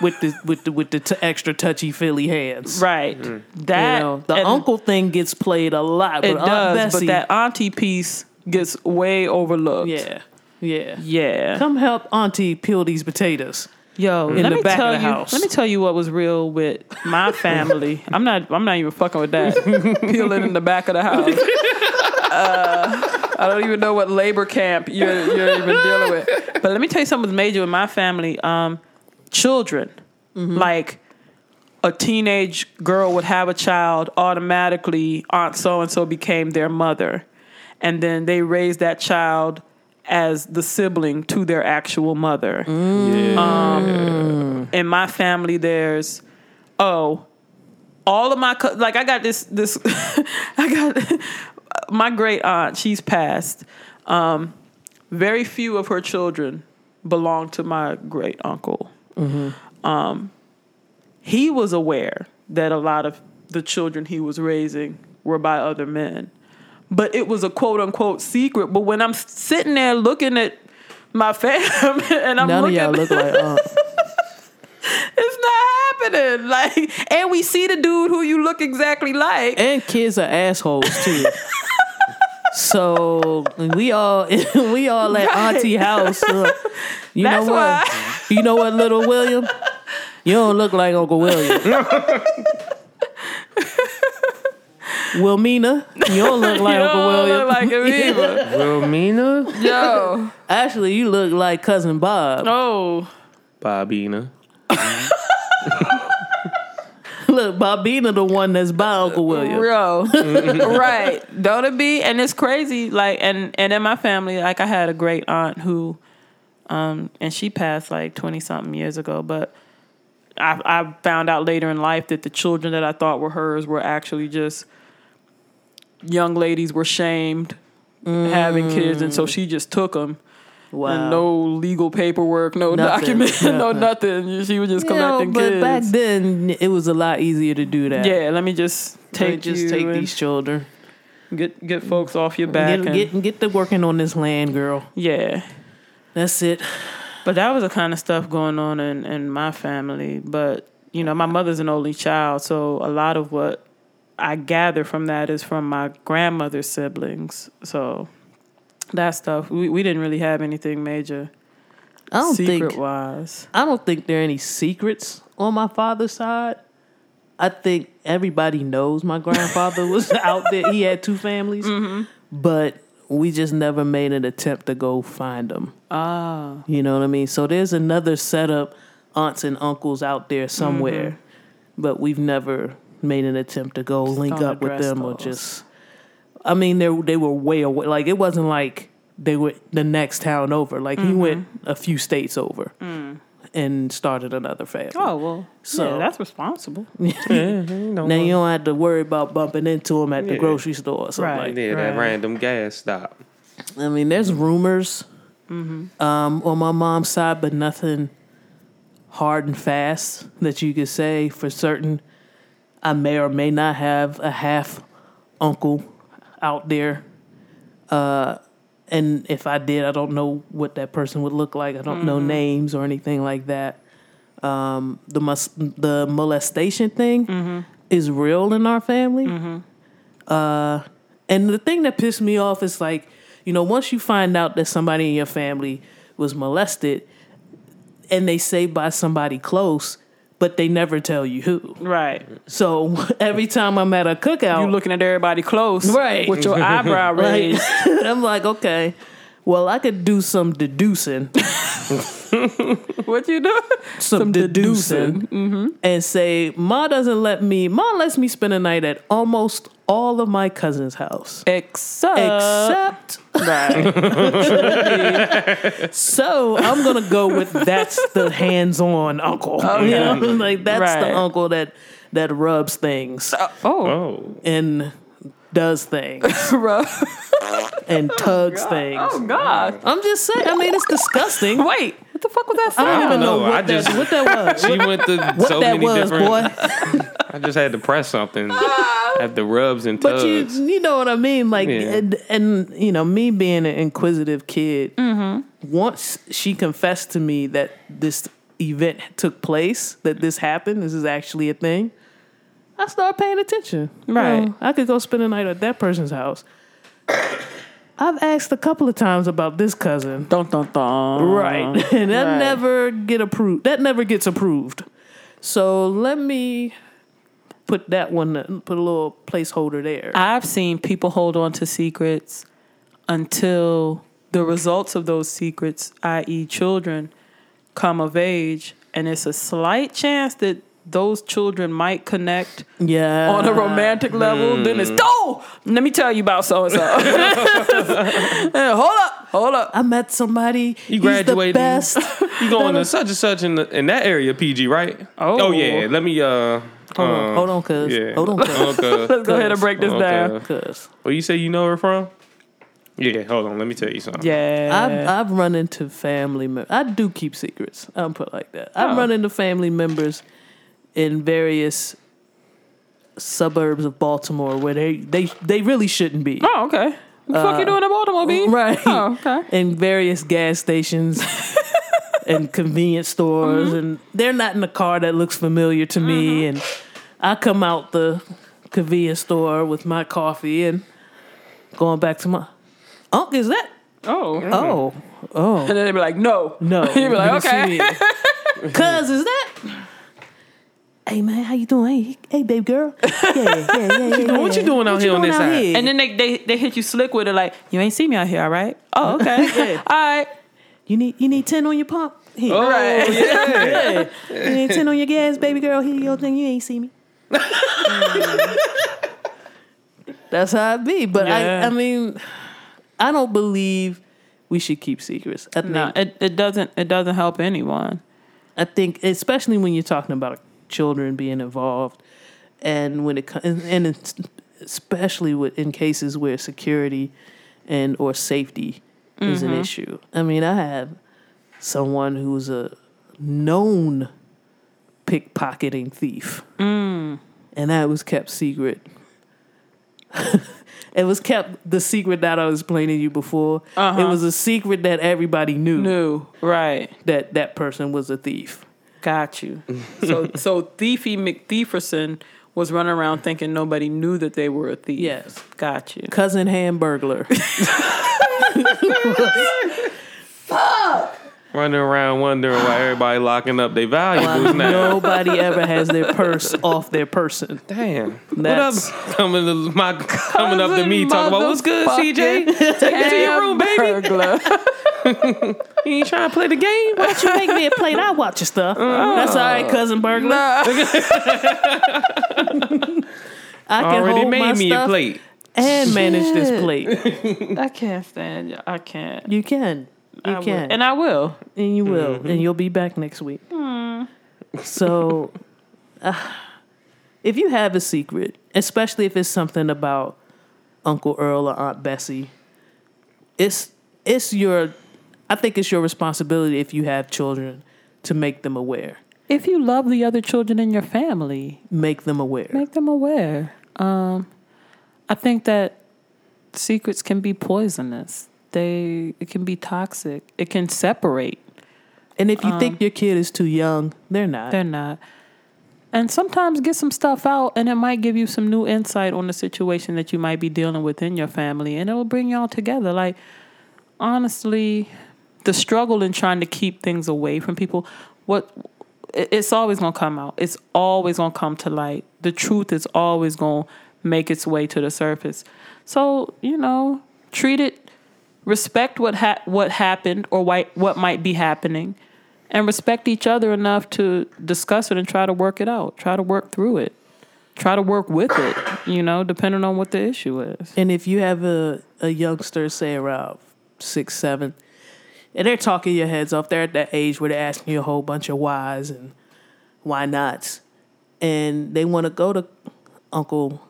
Speaker 2: with the with the with the t- extra touchy feely hands.
Speaker 3: right
Speaker 2: You
Speaker 3: that
Speaker 2: know, the
Speaker 3: and
Speaker 2: uncle thing gets played a lot,
Speaker 3: it
Speaker 2: but Aunt
Speaker 3: does,
Speaker 2: Bessie,
Speaker 3: but that auntie piece gets way overlooked.
Speaker 2: yeah, yeah.
Speaker 3: yeah.
Speaker 2: Come help Auntie peel these potatoes.
Speaker 3: Yo, let
Speaker 2: the
Speaker 3: me
Speaker 2: back of
Speaker 3: tell
Speaker 2: the
Speaker 3: you.
Speaker 2: house.
Speaker 3: Let me tell you what was real with <laughs> my family. I'm <laughs> not. I'm not even fucking with that. Peeling in the back of the house. Uh, I don't even know what labor camp you're, you're even dealing with. But let me tell you something that's major in my family. Um, children, Mm-hmm. like a teenage girl would have a child, automatically Aunt so and so became their mother, and then they raised that child as the sibling to their actual mother in my family there's oh all of my co- like i got this this <laughs> i got my great aunt she's passed um very few of her children belong to my great uncle
Speaker 2: Mm-hmm.
Speaker 3: um he was aware that a lot of the children he was raising were by other men but it was a quote unquote secret but when i'm sitting there looking at my <laughs> fam and i'm
Speaker 2: None of
Speaker 3: looking
Speaker 2: y'all look
Speaker 3: <laughs>
Speaker 2: like Unc.
Speaker 3: it's not happening. <laughs> Like, and we see the dude who you look exactly like.
Speaker 2: and kids are assholes too. so we all <laughs> we all at
Speaker 3: Right.
Speaker 2: auntie house. uh, you
Speaker 3: That's
Speaker 2: know
Speaker 3: why.
Speaker 2: what? You know what, little William? You don't look like Uncle William. Wilmina, you don't look like
Speaker 3: <laughs> you
Speaker 2: Uncle
Speaker 3: don't
Speaker 2: William.
Speaker 3: look like him either.
Speaker 1: Wilmina?
Speaker 3: Yo.
Speaker 2: Actually, you look like cousin Bob.
Speaker 3: Oh.
Speaker 1: Bobina.
Speaker 2: <laughs> Look, Bobina, the one that's by Uncle William.
Speaker 3: Yo. <laughs> right. Don't it be? And it's crazy. Like, and and in my family, like I had a great aunt who um and she passed like twenty something years ago, but I I found out later in life that the children that I thought were hers were actually just young ladies were shamed having kids and so she just took them
Speaker 2: Wow.
Speaker 3: and no legal paperwork, no
Speaker 2: Nothing,
Speaker 3: document, <laughs> no nothing. She was just
Speaker 2: You know,
Speaker 3: collecting
Speaker 2: but
Speaker 3: kids.
Speaker 2: back then, it was a lot easier to do that.
Speaker 3: yeah, let me just
Speaker 2: They
Speaker 3: take
Speaker 2: just
Speaker 3: you
Speaker 2: take
Speaker 3: and
Speaker 2: these children.
Speaker 3: get get folks off your back.
Speaker 2: Get,
Speaker 3: and-
Speaker 2: get get to working on this land, girl.
Speaker 3: yeah,
Speaker 2: That's it.
Speaker 3: but that was the kind of stuff going on in in my family. But you know, my mother's an only child, so a lot of what I gather from that is from my grandmother's siblings. So that stuff we we didn't really have anything major
Speaker 2: I don't
Speaker 3: secret
Speaker 2: think
Speaker 3: wise.
Speaker 2: I don't think there are any secrets on my father's side. I think everybody knows my <laughs> grandfather was out there. He had two families, but we just never made an attempt to go find them.
Speaker 3: Ah,
Speaker 2: You know what I mean? So there's another setup, aunts and uncles out there somewhere, but we've never made an attempt to go link
Speaker 3: Mm-hmm. don't
Speaker 2: up with
Speaker 3: address
Speaker 2: them or
Speaker 3: those.
Speaker 2: just. I mean, they they were way away. Like it wasn't like they were the next town over. Like he went
Speaker 3: Mm-hmm.
Speaker 2: a few states over and started another family. <laughs>
Speaker 3: Mm. oh well, so
Speaker 2: So-
Speaker 3: that's responsible.
Speaker 2: now you don't have to worry about bumping into him at the
Speaker 1: Yeah.
Speaker 2: grocery store or something
Speaker 3: Right.
Speaker 2: like that.
Speaker 1: Yeah, that
Speaker 3: Right.
Speaker 1: random gas stop.
Speaker 2: I mean, there's rumors um, on my mom's side, but nothing hard and fast that you could say for certain. I may or may not have a half uncle out there. Uh, and if I did, I don't know what that person would look like. I don't know names or anything like that. Um, the mus- the molestation thing is real in our family. Uh, and the thing that pissed me off is like, you know, once you find out that somebody in your family was molested, and they say by somebody close, but they never tell you who.
Speaker 3: Right.
Speaker 2: So <laughs> every time I'm at a cookout,
Speaker 3: You looking at everybody close,
Speaker 2: Right.
Speaker 3: With <laughs> your eyebrow
Speaker 2: Right.
Speaker 3: raised.
Speaker 2: <laughs> I'm like, okay, well, I could do some <laughs> deducing,
Speaker 3: <laughs> what you do?
Speaker 2: some, deducing, Mm-hmm. and say, Ma doesn't let me, Ma lets me spend a night at almost all of my cousin's house.
Speaker 3: Except,
Speaker 2: Except,
Speaker 3: right.
Speaker 2: so I'm gonna go
Speaker 3: <laughs>
Speaker 2: with that's the hands-on uncle. You know, <laughs> like that's
Speaker 3: Oh, Right.
Speaker 2: the uncle that that rubs things
Speaker 3: <laughs> oh,
Speaker 2: <laughs>
Speaker 1: Oh.
Speaker 2: and does things
Speaker 3: bro. <laughs>
Speaker 2: and tugs things.
Speaker 3: oh God!
Speaker 2: I'm just saying. I mean, it's disgusting.
Speaker 3: Wait, what the fuck was that
Speaker 2: I don't
Speaker 3: sound?
Speaker 2: even know
Speaker 1: know.
Speaker 2: what,
Speaker 1: I
Speaker 2: that,
Speaker 1: just-
Speaker 2: what that
Speaker 1: <laughs>
Speaker 2: was.
Speaker 1: She went through
Speaker 2: What
Speaker 1: so
Speaker 2: that
Speaker 1: many
Speaker 2: was,
Speaker 1: different.
Speaker 2: boy.
Speaker 1: I just had to press something at the rubs and
Speaker 2: But
Speaker 1: tugs.
Speaker 2: you, you know what I mean, like,
Speaker 1: Yeah.
Speaker 2: and, and you know, me being an inquisitive kid.
Speaker 3: Mm-hmm.
Speaker 2: Once she confessed to me that this event took place, that this happened, this is actually a thing. I started paying attention. You
Speaker 3: Right.
Speaker 2: know, I could go spend a night at that person's house. I've asked a couple of times about this cousin.
Speaker 3: Dun, dun, dun.
Speaker 2: Right. <laughs> And that
Speaker 3: Uh-huh. Right.
Speaker 2: never get approved. That never gets approved. So let me put that one put a little placeholder there.
Speaker 3: I've seen people hold on to secrets until the results of those secrets, i.e., children, come of age. And it's a slight chance that those children might connect
Speaker 2: Yeah.
Speaker 3: on a romantic level, then it's oh, let me tell you about so and so. Hold up, <laughs> hold up.
Speaker 2: I met somebody.
Speaker 1: You graduated.
Speaker 3: <laughs>
Speaker 2: He's the best.
Speaker 1: You going to such and such in, the, in that area, PG, right?
Speaker 3: Oh.
Speaker 1: oh yeah. Let me. Uh,
Speaker 2: Hold on,
Speaker 1: uh,
Speaker 2: hold on, cuz.
Speaker 1: yeah. <laughs>
Speaker 2: Hold on, cuz.
Speaker 1: Okay.
Speaker 3: Let's go ahead and break this
Speaker 1: Okay.
Speaker 3: down.
Speaker 2: Cuz
Speaker 1: Well, you say you know her from? Yeah. Hold on. Let me tell you something.
Speaker 2: I've,
Speaker 3: Yeah,
Speaker 2: I've run into family members. I do keep secrets. I'm put it like that. I've
Speaker 3: Oh.
Speaker 2: run into family members in various suburbs of Baltimore where they, they, they really shouldn't be.
Speaker 3: oh okay. What the fuck you doing in Baltimore, B?
Speaker 2: Right.
Speaker 3: Oh, okay.
Speaker 2: in various gas
Speaker 3: <laughs>
Speaker 2: stations and convenience
Speaker 3: Mm-hmm.
Speaker 2: stores and they're not in a car that looks familiar to me and I come out the convenience store with my coffee and going back to my Unc, is that
Speaker 3: Oh.
Speaker 2: oh oh
Speaker 3: <laughs> And then they'd be like, no.
Speaker 2: no
Speaker 3: You'd be like, okay. <laughs>
Speaker 2: Cuz is that Hey man, how you doing? Hey, hey babe
Speaker 3: <laughs>
Speaker 2: girl. Yeah, yeah, yeah, yeah. yeah.
Speaker 1: What you doing out here on
Speaker 2: doing
Speaker 1: this
Speaker 2: out
Speaker 1: side?
Speaker 2: here?
Speaker 3: And then they, they, they hit you slick with it, like, you ain't see me out here, all right? Oh, <laughs> okay.
Speaker 2: Yeah.
Speaker 3: all right.
Speaker 2: You need you need ten on your pump. Here.
Speaker 1: Oh
Speaker 2: <laughs>
Speaker 3: Right. <laughs>
Speaker 1: yeah.
Speaker 2: You need ten on your gas, baby girl. Here your thing. You ain't see me. <laughs> That's how it be. But
Speaker 3: Yeah.
Speaker 2: I, I mean, I don't believe we should keep secrets. I think,
Speaker 3: No, it, it doesn't it doesn't help anyone.
Speaker 2: I think, especially when you're talking about children being involved, and when it co- and, and it's especially with in cases where security and or safety is an issue. I mean, I have someone who's a known pickpocketing thief, and that was kept secret. <laughs> it was kept the secret that I was explaining to you before. It was a secret that everybody knew
Speaker 3: No. Right.
Speaker 2: that that person was a thief.
Speaker 3: Got you. <laughs> so so Thiefy McThieferson was running around thinking nobody knew that they were a thief.
Speaker 2: Yes.
Speaker 3: Got you.
Speaker 1: <laughs>
Speaker 2: Cousin Hamburglar.
Speaker 1: Running around wondering why everybody locking up their valuables now. <laughs>
Speaker 2: Nobody ever has their purse off their person.
Speaker 1: Damn.
Speaker 2: That's-
Speaker 1: what up? Coming to my coming up to me talking about what's good, CJ.
Speaker 3: Take it
Speaker 1: to your room, baby. <laughs>
Speaker 3: <laughs> you ain't trying to play the game?
Speaker 2: Why don't you make me a plate? I watch your stuff. That's all right, cousin burglar. I can
Speaker 1: Already
Speaker 2: hold my
Speaker 1: made me
Speaker 2: stuff
Speaker 1: a plate.
Speaker 2: and manage this
Speaker 3: Shit.
Speaker 2: plate.
Speaker 3: I can't stand you. I can't.
Speaker 2: You can, you
Speaker 3: I will.
Speaker 2: can,
Speaker 3: And I will.
Speaker 2: and you will, and you'll be back next week. So, <laughs> uh, if you have a secret, especially if it's something about Uncle Earl or Aunt Bessie, it's it's your, I think it's your responsibility if you have children to make them aware,
Speaker 3: If you love the other children in your family,
Speaker 2: make them aware.
Speaker 3: make them aware. Um, I think that secrets can be poisonous. They it can be toxic. It can separate.
Speaker 2: and if you think your kid is too young, they're not.
Speaker 3: They're not. And sometimes get some stuff out, and it might give you some new insight on the situation that you might be dealing with in your family, and it will bring y'all together. Like, honestly, the struggle in trying to keep things away from people, what it- it's always gonna come out. It's always gonna come to light. The truth is always gonna make its way to the surface. So you know, treat it, respect what ha- what happened or why- what might be happening and respect each other enough to discuss it and try to work it out, try to work through it, try to work with it, you know, depending on what the issue is.
Speaker 2: And if you have a, a youngster, say around six, seven, and they're talking your heads off, they're at that age where they're asking you a whole bunch of whys and why nots, and they want to go to Uncle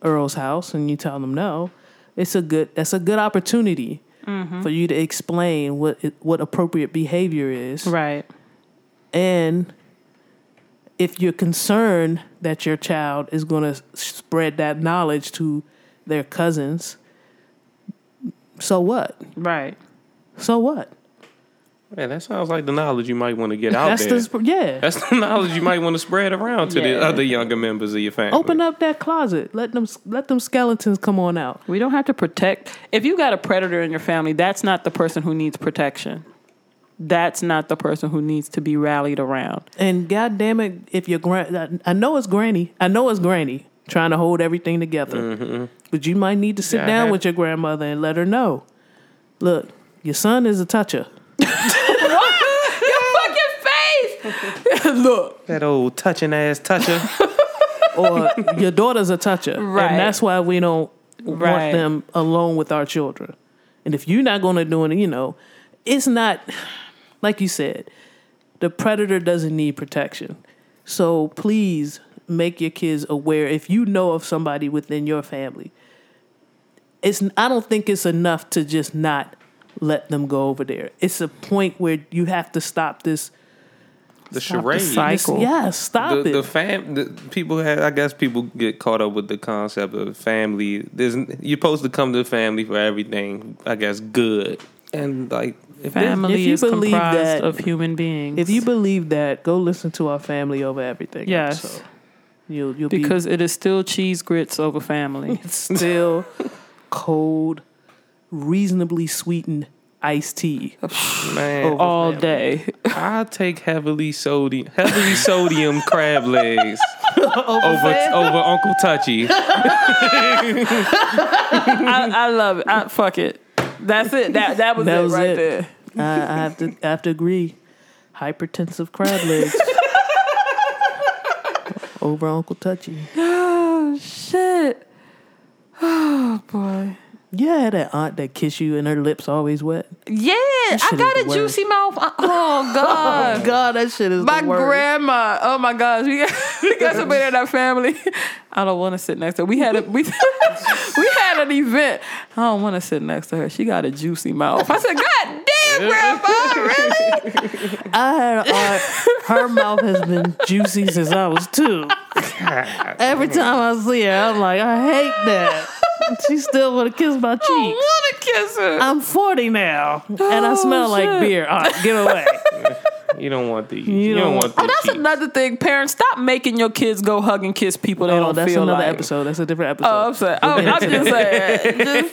Speaker 2: Earl's house, and you tell them no, it's a good that's a good opportunity for you to explain what it- what appropriate behavior is,
Speaker 3: Right.
Speaker 2: and if you're concerned that your child is going to spread that knowledge to their cousins, so what?
Speaker 3: Right.
Speaker 2: So what?
Speaker 1: Man, that sounds like the knowledge you might want to get out
Speaker 2: That's
Speaker 1: there.
Speaker 2: the sp- yeah.
Speaker 1: That's the knowledge you might want to spread around to
Speaker 3: Yeah.
Speaker 1: the other younger members of your family.
Speaker 2: Open up that closet. Let them let them skeletons come on out.
Speaker 3: We don't have to protect. If you got a predator in your family, that's not the person who needs protection. That's not the person who needs to be rallied
Speaker 2: <laughs>
Speaker 3: around.
Speaker 2: And god damn it, if your gran I know it's granny. I know it's granny trying to hold everything together. But you might need to sit
Speaker 1: Mm-hmm. Yeah, I
Speaker 2: down
Speaker 1: have-
Speaker 2: with your grandmother and let her know. Look, your son is a toucher.
Speaker 3: Your fucking face. Look.
Speaker 1: That old touching ass
Speaker 2: <laughs>
Speaker 1: toucher.
Speaker 3: <laughs>
Speaker 2: Or your daughter's a toucher.
Speaker 3: Right.
Speaker 2: And that's why we don't
Speaker 3: Right.
Speaker 2: want them alone with our children. And if you're not gonna do it, you know, it's not like you said, the predator doesn't need protection. So please make your kids aware if you know of somebody within your family. It's I don't think it's enough to just not let them go over there. It's a point where you have to stop this.
Speaker 1: The
Speaker 3: Stop the
Speaker 1: charade.
Speaker 3: cycle.
Speaker 2: this yeah, stop
Speaker 1: the,
Speaker 2: it.
Speaker 1: the fam the people have I guess people get caught up with the concept of family. There's you're supposed to come to the family for everything, I guess good. And like if there's-
Speaker 3: Family
Speaker 2: If you
Speaker 3: is
Speaker 2: believe
Speaker 3: comprised
Speaker 2: that-
Speaker 3: of human beings.
Speaker 2: if you believe that, go listen to our family over everything.
Speaker 3: Yes.
Speaker 2: So you'll you'll
Speaker 3: because it is still cheese grits
Speaker 2: <laughs>
Speaker 3: over family.
Speaker 2: be <laughs> still cold, reasonably sweetened iced tea.
Speaker 1: man, Oh,
Speaker 3: All day.
Speaker 1: I take heavily sodium heavily sodium crab legs over over Uncle Touchy.
Speaker 3: I, I love it. I, fuck it. That's it. That that was
Speaker 2: That
Speaker 3: it
Speaker 2: was
Speaker 3: right
Speaker 2: it.
Speaker 3: there.
Speaker 2: I, I have to I have to agree. Hypertensive crab legs. <laughs> Over Uncle Touchy.
Speaker 3: Oh shit. Oh boy.
Speaker 2: Yeah, that aunt that kiss you and her lips always wet.
Speaker 3: Yeah, I
Speaker 2: shit
Speaker 3: got
Speaker 2: is
Speaker 3: a
Speaker 2: the
Speaker 3: juicy mouth.
Speaker 2: <laughs>
Speaker 3: Oh
Speaker 2: Uh,
Speaker 3: god.
Speaker 2: God, that shit is
Speaker 3: My grandma. Oh my gosh, we got, <laughs> we got somebody in our family. <laughs> I don't want to sit next to her. We had a we, <laughs> we had an event. I don't want to sit next to her. She got a juicy mouth. I said, God damn, grandma, really?
Speaker 2: I had an aunt. uh, Her mouth has been juicy since I was two. Every time I see her, I'm like, I hate that. She still want to kiss my
Speaker 3: I
Speaker 2: cheek.
Speaker 3: want to kiss her.
Speaker 2: I'm 40 now, and I
Speaker 3: Oh,
Speaker 2: smell like
Speaker 3: shit.
Speaker 2: beer. Aunt, get away.
Speaker 1: You don't want these. You, don't,
Speaker 2: don't
Speaker 1: want,
Speaker 3: Oh,
Speaker 1: the
Speaker 3: that's
Speaker 1: cheeks.
Speaker 3: another thing, parents. Stop making your kids go hug and kiss people they
Speaker 2: oh,
Speaker 3: <laughs> don't
Speaker 2: that's
Speaker 3: feel
Speaker 2: another
Speaker 3: like.
Speaker 2: episode. That's a different episode.
Speaker 3: Oh, I'm sorry. I'm, I'm just saying. Just,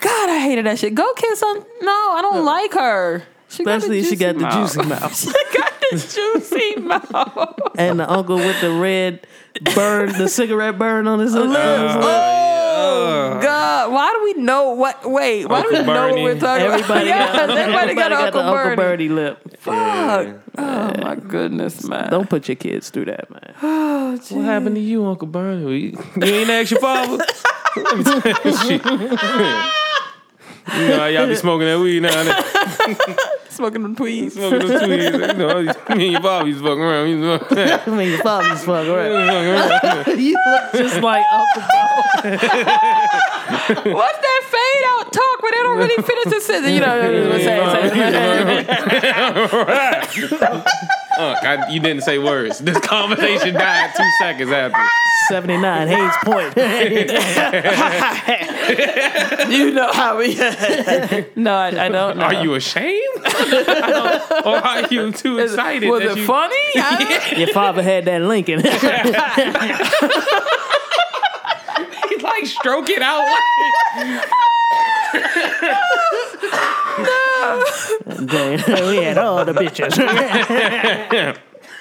Speaker 3: God, I hated that shit. Go kiss some. No, I don't like her. She
Speaker 2: Especially if she got the
Speaker 3: mouth.
Speaker 2: juicy mouth.
Speaker 3: she <laughs> got the
Speaker 2: <laughs>
Speaker 3: juicy mouth.
Speaker 2: and the uncle with the red burn, the cigarette burn on his uh, lips.
Speaker 3: Oh God! Why do we know what? Wait, why do we
Speaker 1: Uncle
Speaker 3: know what
Speaker 1: Bernie.
Speaker 3: we're talking about?
Speaker 2: Everybody,
Speaker 3: Yes,
Speaker 2: got,
Speaker 3: <laughs> everybody got,
Speaker 2: the
Speaker 3: Uncle Bernie.
Speaker 2: Birdie lip.
Speaker 3: Fuck! Oh my goodness, man!
Speaker 2: Don't put your kids through that, man.
Speaker 1: What happened to you, Uncle Bernie? You you ain't asked your father. <laughs> Let me tell you shit. You know how y'all be smoking that weed now and then.
Speaker 3: smoking them tweeds.
Speaker 2: <laughs>
Speaker 1: smoking those two years. You know, me and your Bobby was fucking around. We was <laughs> fucking
Speaker 2: I mean, your father's fuck, right?
Speaker 1: around.
Speaker 2: <laughs> you look just like Uncle
Speaker 3: <laughs> What's that fade out talk where they don't really finish the sentence? You know, say, say,
Speaker 2: <laughs>
Speaker 1: <laughs> Uh, I, you didn't say words. This conversation died two seconds after.
Speaker 2: 79 Hayes Point.
Speaker 3: <laughs> you know how we. <laughs> no, I, I don't. Know.
Speaker 1: Are you ashamed? <laughs> or are you too
Speaker 3: Is-
Speaker 1: excited?
Speaker 3: Was
Speaker 1: that
Speaker 3: it
Speaker 1: you,
Speaker 3: <laughs> funny? I don't-
Speaker 2: Your father had that Lincoln.
Speaker 1: <laughs> Like stroke it out.
Speaker 2: Damn, we had all the bitches.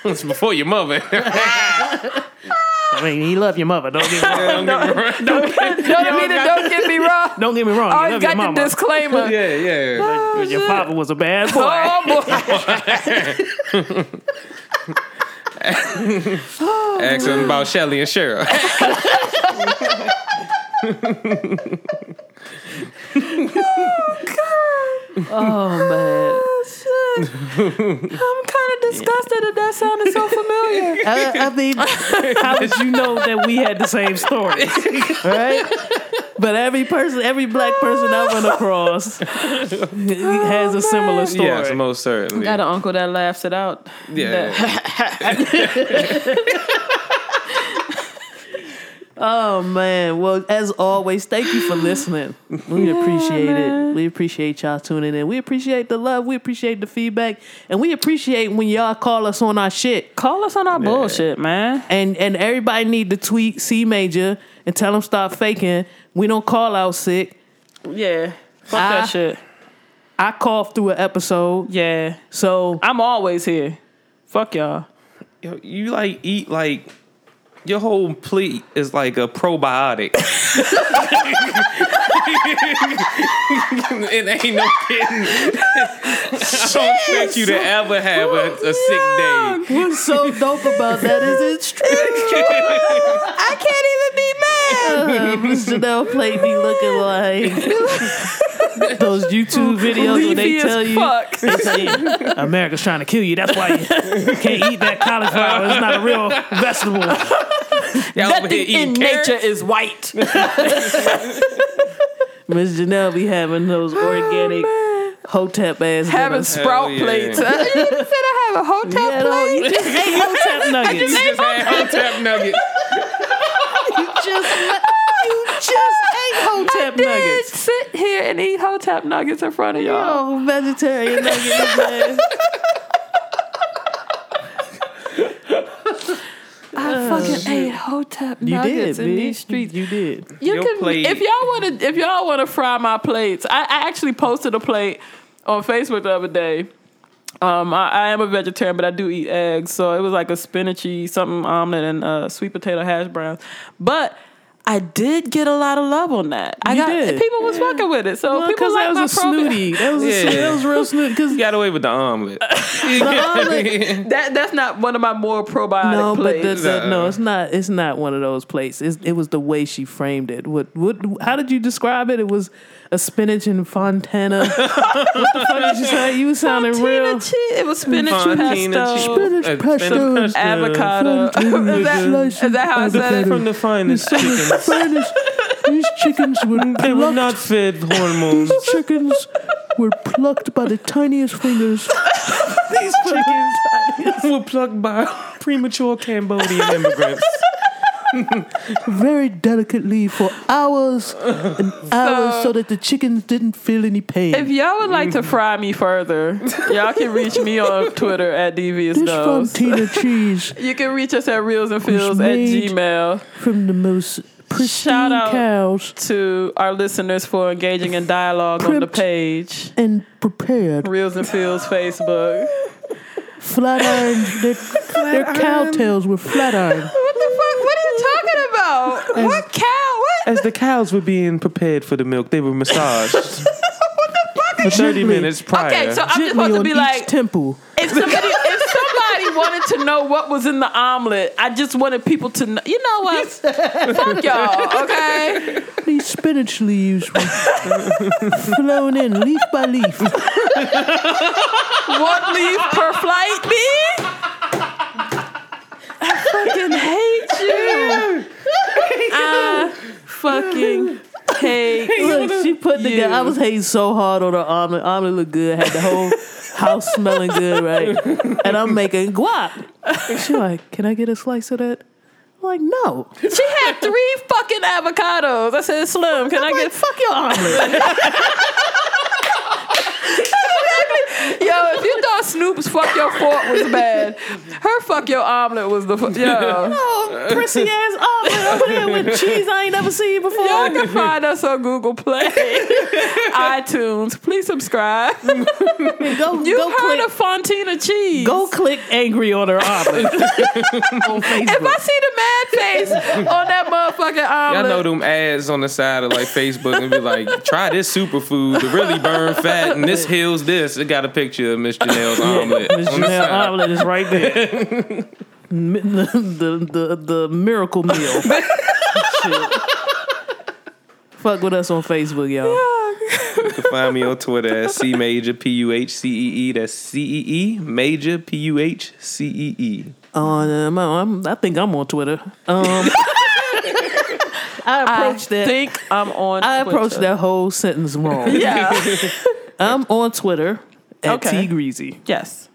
Speaker 1: It's before your mother. <laughs>
Speaker 2: I mean, he loved your mother. Don't get me wrong.
Speaker 1: Don't get me wrong. Don't-
Speaker 3: Don't, I mean, don't get me wrong.
Speaker 2: Don't get me wrong.
Speaker 3: I
Speaker 2: He loved your
Speaker 3: got the
Speaker 2: mama.
Speaker 3: <laughs> disclaimer.
Speaker 1: yeah, yeah.
Speaker 2: But your father was a bad boy.
Speaker 3: Oh, <laughs> boy. Oh,
Speaker 1: Ask him about Shelly and Cheryl. <laughs>
Speaker 2: Oh,
Speaker 3: <laughs>
Speaker 2: man.
Speaker 3: Oh, shit. I'm kind of disgusted that that sounded so familiar. <laughs>
Speaker 2: I, I mean, how would you know that we had the same stories, right? But every person, every black person I went across has a similar story.
Speaker 1: Yes, most certainly.
Speaker 3: Got an uncle that laughs it out.
Speaker 1: yeah.
Speaker 2: Oh man! Well, as always, thank you for listening. We appreciate it. We appreciate y'all tuning in. We appreciate the love. We appreciate the feedback, and we appreciate when y'all call us on our shit.
Speaker 3: Call us on our Ah, bullshit, man.
Speaker 2: And and everybody need to tweet C Major and tell them stop faking. We don't call out sick.
Speaker 3: Yeah. Fuck
Speaker 2: I-
Speaker 3: that shit.
Speaker 2: I coughed through an episode,
Speaker 3: Yeah.
Speaker 2: so
Speaker 3: <laughs> I'm always here. Fuck y'all.
Speaker 1: Yo, you like eat like your whole plea is like a
Speaker 3: <laughs>
Speaker 1: probiotic. it ain't no kidding. I don't expect you to ever have a, a sick day.
Speaker 2: What's
Speaker 3: <laughs>
Speaker 2: so dope about that is it's true. <laughs>
Speaker 3: I can't even be mad.
Speaker 2: Miss Janelle played me looking
Speaker 3: <laughs>
Speaker 2: like those YouTube videos when they
Speaker 3: Leafy as
Speaker 2: tell you
Speaker 3: fuck.
Speaker 2: they say, America's trying to kill you. That's why you can't eat that cauliflower. It's not a real vegetable.
Speaker 1: Y'all over here
Speaker 3: Nothing in
Speaker 1: eating carrots?
Speaker 3: nature is white.
Speaker 2: <laughs> Miss Janelle be having those organic hotep ass
Speaker 3: Oh, Having
Speaker 2: dinners.
Speaker 3: sprout
Speaker 1: yeah.
Speaker 3: plates. <laughs> I didn't even said I have a hotel
Speaker 2: Yeah, no,
Speaker 3: plate.
Speaker 2: you just ate
Speaker 3: <laughs>
Speaker 2: hotep nuggets.
Speaker 1: Just had hotep nuggets.
Speaker 2: just, you just ate hotep
Speaker 3: Did
Speaker 2: nuggets.
Speaker 3: sit here and eat hotep nuggets in front of y'all.
Speaker 2: Oh, vegetarian <laughs> nuggets. man.
Speaker 3: I fucking ate hotep
Speaker 2: You
Speaker 3: nuggets
Speaker 2: did,
Speaker 3: in
Speaker 2: bitch.
Speaker 3: these streets.
Speaker 2: You did.
Speaker 3: You
Speaker 1: Your
Speaker 3: can
Speaker 1: plate-
Speaker 3: if y'all want to if y'all want to fry my plates. I, I actually posted a plate on Facebook the other day. Um, I, I am a vegetarian, but I do eat eggs, so it was like a spinachy something omelet and uh, sweet potato hash browns. But I did get a lot of love on that. I
Speaker 2: You
Speaker 3: got
Speaker 2: did.
Speaker 3: people was fucking with it, so people
Speaker 2: Because
Speaker 3: like
Speaker 2: that
Speaker 3: my
Speaker 2: was a
Speaker 3: program.
Speaker 2: snooty. That was,
Speaker 1: Yeah.
Speaker 2: a, that was real snooty. Because
Speaker 1: You got away with the omelet.
Speaker 3: That that's not one of my more probiotic
Speaker 2: no, but
Speaker 3: plates.
Speaker 2: the, the, no,
Speaker 1: Uh-uh.
Speaker 2: it's not. It's not one of those plates. It's, it was the way she framed it. What? What? How did you describe it? It was a spinach and fontana. <laughs> what the fuck did you say? You sounded real.
Speaker 3: Fontina cheese. It was <laughs> spinach
Speaker 1: Fontina
Speaker 3: pesto.
Speaker 1: cheese. Spinach pesto.
Speaker 3: Avocado.
Speaker 2: Fontina
Speaker 3: <laughs> is, that,
Speaker 2: slices
Speaker 3: is that how I said it?
Speaker 1: From the finest chickens.
Speaker 2: Spinach. These chickens were
Speaker 1: They were not fed
Speaker 3: <laughs>
Speaker 1: hormones.
Speaker 2: chickens were plucked by the tiniest fingers.
Speaker 1: These chickens were plucked by premature Cambodian immigrants.
Speaker 2: very delicately for hours and hours so that the chickens didn't feel any pain.
Speaker 3: <laughs> If y'all would like to fry me further, y'all can reach me on Twitter at devious
Speaker 2: this
Speaker 3: Nose.
Speaker 2: fontina cheese
Speaker 3: You can reach us at reels and feels at
Speaker 2: made-
Speaker 3: gmail.
Speaker 2: from the most pristine
Speaker 3: Shout out.
Speaker 2: cows
Speaker 3: To our listeners for engaging in dialogue on the
Speaker 2: Primped.
Speaker 3: page,
Speaker 2: and prepared
Speaker 3: reels and feels Facebook.
Speaker 2: flat iron. Their, their cow tails were flat iron.
Speaker 3: What the fuck? What are you talking about? what cow? What?
Speaker 1: As the cows were being prepared for the milk, they were
Speaker 3: <laughs>
Speaker 1: massaged. For 30 minutes prior.
Speaker 3: Okay, so <laughs> I'm just
Speaker 2: Gently
Speaker 3: supposed to
Speaker 2: on
Speaker 3: be
Speaker 2: each
Speaker 3: like,
Speaker 2: temple.
Speaker 3: if somebody if somebody wanted to know what was in the omelet, I just wanted people to know. You know what? Fuck y'all. Okay.
Speaker 2: These spinach leaves
Speaker 3: <laughs>
Speaker 2: were flown in leaf by leaf.
Speaker 3: One leaf per flight, B. I fucking hate you. I fucking hate
Speaker 2: Look, she put
Speaker 3: you.
Speaker 2: together. I was hating so hard on her omelet. Omelet looked good. Had the whole house smelling good, right? And I'm making guac. And she like, can I get a slice of that? I'm like, no.
Speaker 3: She had three fucking avocados. I said, Slim, can I
Speaker 2: I'm like,
Speaker 3: get
Speaker 2: fuck your omelet.
Speaker 3: Yo, if you thought Snoop's fuck your fork was bad, her fuck your omelet was the fu- <laughs> yo.
Speaker 2: oh, prissy ass omelet over there with cheese I ain't never seen before.
Speaker 3: Y'all can find us on Google <laughs> Play, iTunes. Please <laughs> subscribe. You
Speaker 2: Go, go
Speaker 3: heard
Speaker 2: click.
Speaker 3: of Fontina cheese?
Speaker 2: Go click angry on her <laughs> omelet on
Speaker 3: If
Speaker 2: Facebook.
Speaker 3: I <laughs> see the mad face on that motherfucking
Speaker 1: Y'all
Speaker 3: omelet,
Speaker 1: know them ads on the side of like Facebook and be like, try this superfood to really burn fat and this heals this. It got a picture of Miss Janelle's omelet. <laughs>
Speaker 2: Miss Janelle omelet is right <laughs> there. Mi- the, the, the, the miracle <laughs> meal. Shit. Fuck with us on Facebook, y'all.
Speaker 1: You can find me on Twitter at C Major P U H C E E. That's C E E Major P U H C E E.
Speaker 2: On um, I'm, I think I'm on Twitter. Um, <laughs> I approached that.
Speaker 3: think I'm on.
Speaker 2: I approached
Speaker 3: Twitter.
Speaker 2: that whole sentence wrong.
Speaker 3: Yeah.
Speaker 2: I'm on Twitter at
Speaker 3: Okay.
Speaker 2: T Greasy.
Speaker 3: <laughs> yes.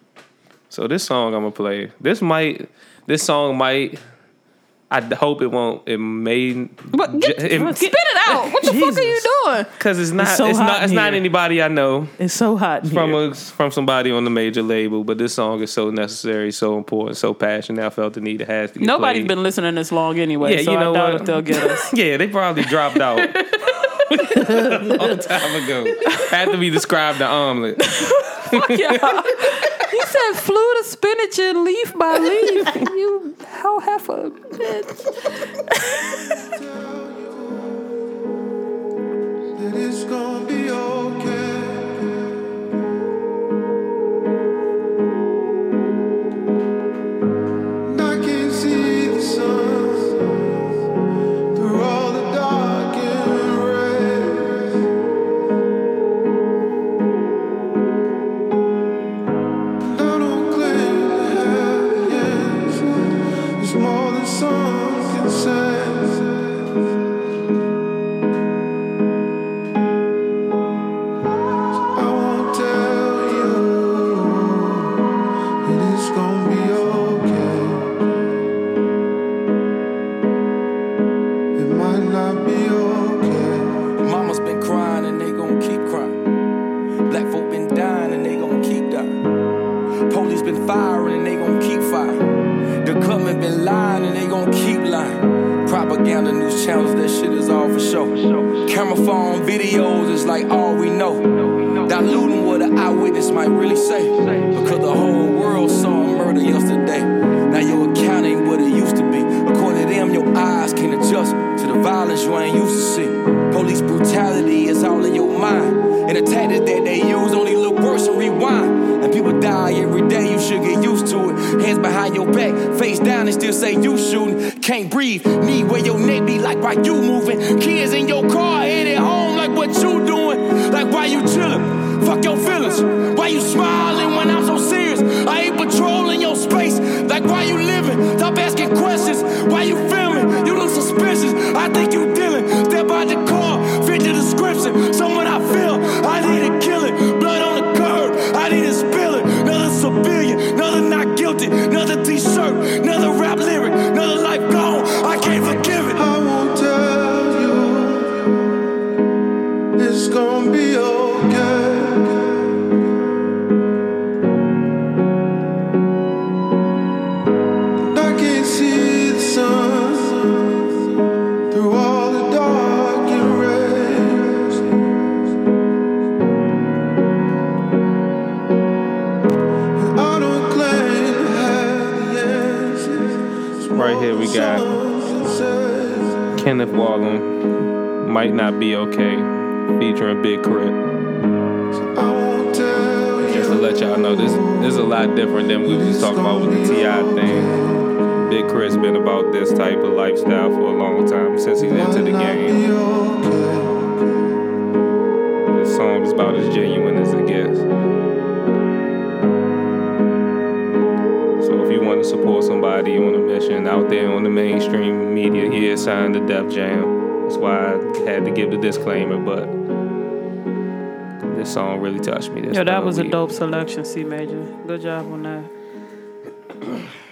Speaker 1: So this song I'm gonna play. This might. This song might. I d- hope it won't. It may.
Speaker 3: But get, spit it out. What the fuck are you
Speaker 2: Jesus.
Speaker 3: doing?
Speaker 1: Because it's not. It's,
Speaker 2: so hot
Speaker 1: not.
Speaker 2: in
Speaker 1: It's not
Speaker 2: here.
Speaker 1: anybody I know
Speaker 2: It's so hot in
Speaker 1: from
Speaker 2: here.
Speaker 1: a, from somebody on the major label. But this song is so necessary, so important, so passionate. I felt the need. It has to. Get <laughs>
Speaker 3: Nobody's
Speaker 1: played.
Speaker 3: been listening this long anyway,
Speaker 1: Yeah,
Speaker 3: so
Speaker 1: you know
Speaker 3: I doubt
Speaker 1: what?
Speaker 3: if
Speaker 1: <laughs>
Speaker 3: they'll get us.
Speaker 1: Yeah, they probably dropped
Speaker 2: <laughs>
Speaker 1: out. <laughs> a long time ago. After we described the omelet.
Speaker 3: <laughs> yeah. You said flew the spinach in leaf by leaf. You how heifer bitch.
Speaker 4: that it's gonna be okay. And I can see the sun through all the dark and rays. And I don't claim to have the answers. It's more than some can say. I won't tell you that it's gonna be okay. It might not be okay.
Speaker 5: Mama's been crying and they gon' keep crying. Black folk been dying and they gon' keep dying. Police been firing and they gon' keep firing. The government been lying and they gon' keep lying. Propaganda news channels, that shit is all for show. Camera phone videos is like all we know. Diluting what an eyewitness might really say. Because the whole world saw a murder yesterday. Now your account ain't what it used to be. According to them, your eyes can't adjust to the violence you ain't used to see. Police brutality is all in your mind. And the tactics that they use only look worse and rewind. And people die every day, you should get used to it. Hands behind your back, face down, and still say you shooting. Can't breathe, knee where your neck be like why you moving. Kids in your car, head at home like what you doing. Like why you chilling? Fuck your feelings. Why you smiling when I'm so serious? I ain't patrolling your space. Like why you living? Stop asking questions. Why you filming? You look suspicious. I think you dealing. Step out the car. Fit the description. Someone I feel. I need to kill it. Blood on the curb. I need to spill it. Another civilian. Another not guilty. Another t-shirt. Another rap lyric. Another life gone. I can't forgive it.
Speaker 4: I won't tell you it's gonna be okay. And I can see the sun through all the dark and rays. And I don't claim to have the answers. It's
Speaker 1: Right here we
Speaker 4: more
Speaker 1: got-
Speaker 4: than some can say.
Speaker 1: Kenneth Wallen might not be okay, featuring Big Crit.
Speaker 4: I won't tell you.
Speaker 1: Just to let y'all know, this this is a lot different than we was talking about with the Ti thing. Big Crit's been about this type of lifestyle for a long time since he's into the game. This song is about as genuine as it gets. So if you want to support somebody on a mission out there on the mainstream media, he is signed to Def Jam. That's why I had to give the disclaimer, but this song really touched me. This
Speaker 3: Yo, that
Speaker 1: past
Speaker 3: was a
Speaker 1: week.
Speaker 3: dope selection, C Major. Good job on that.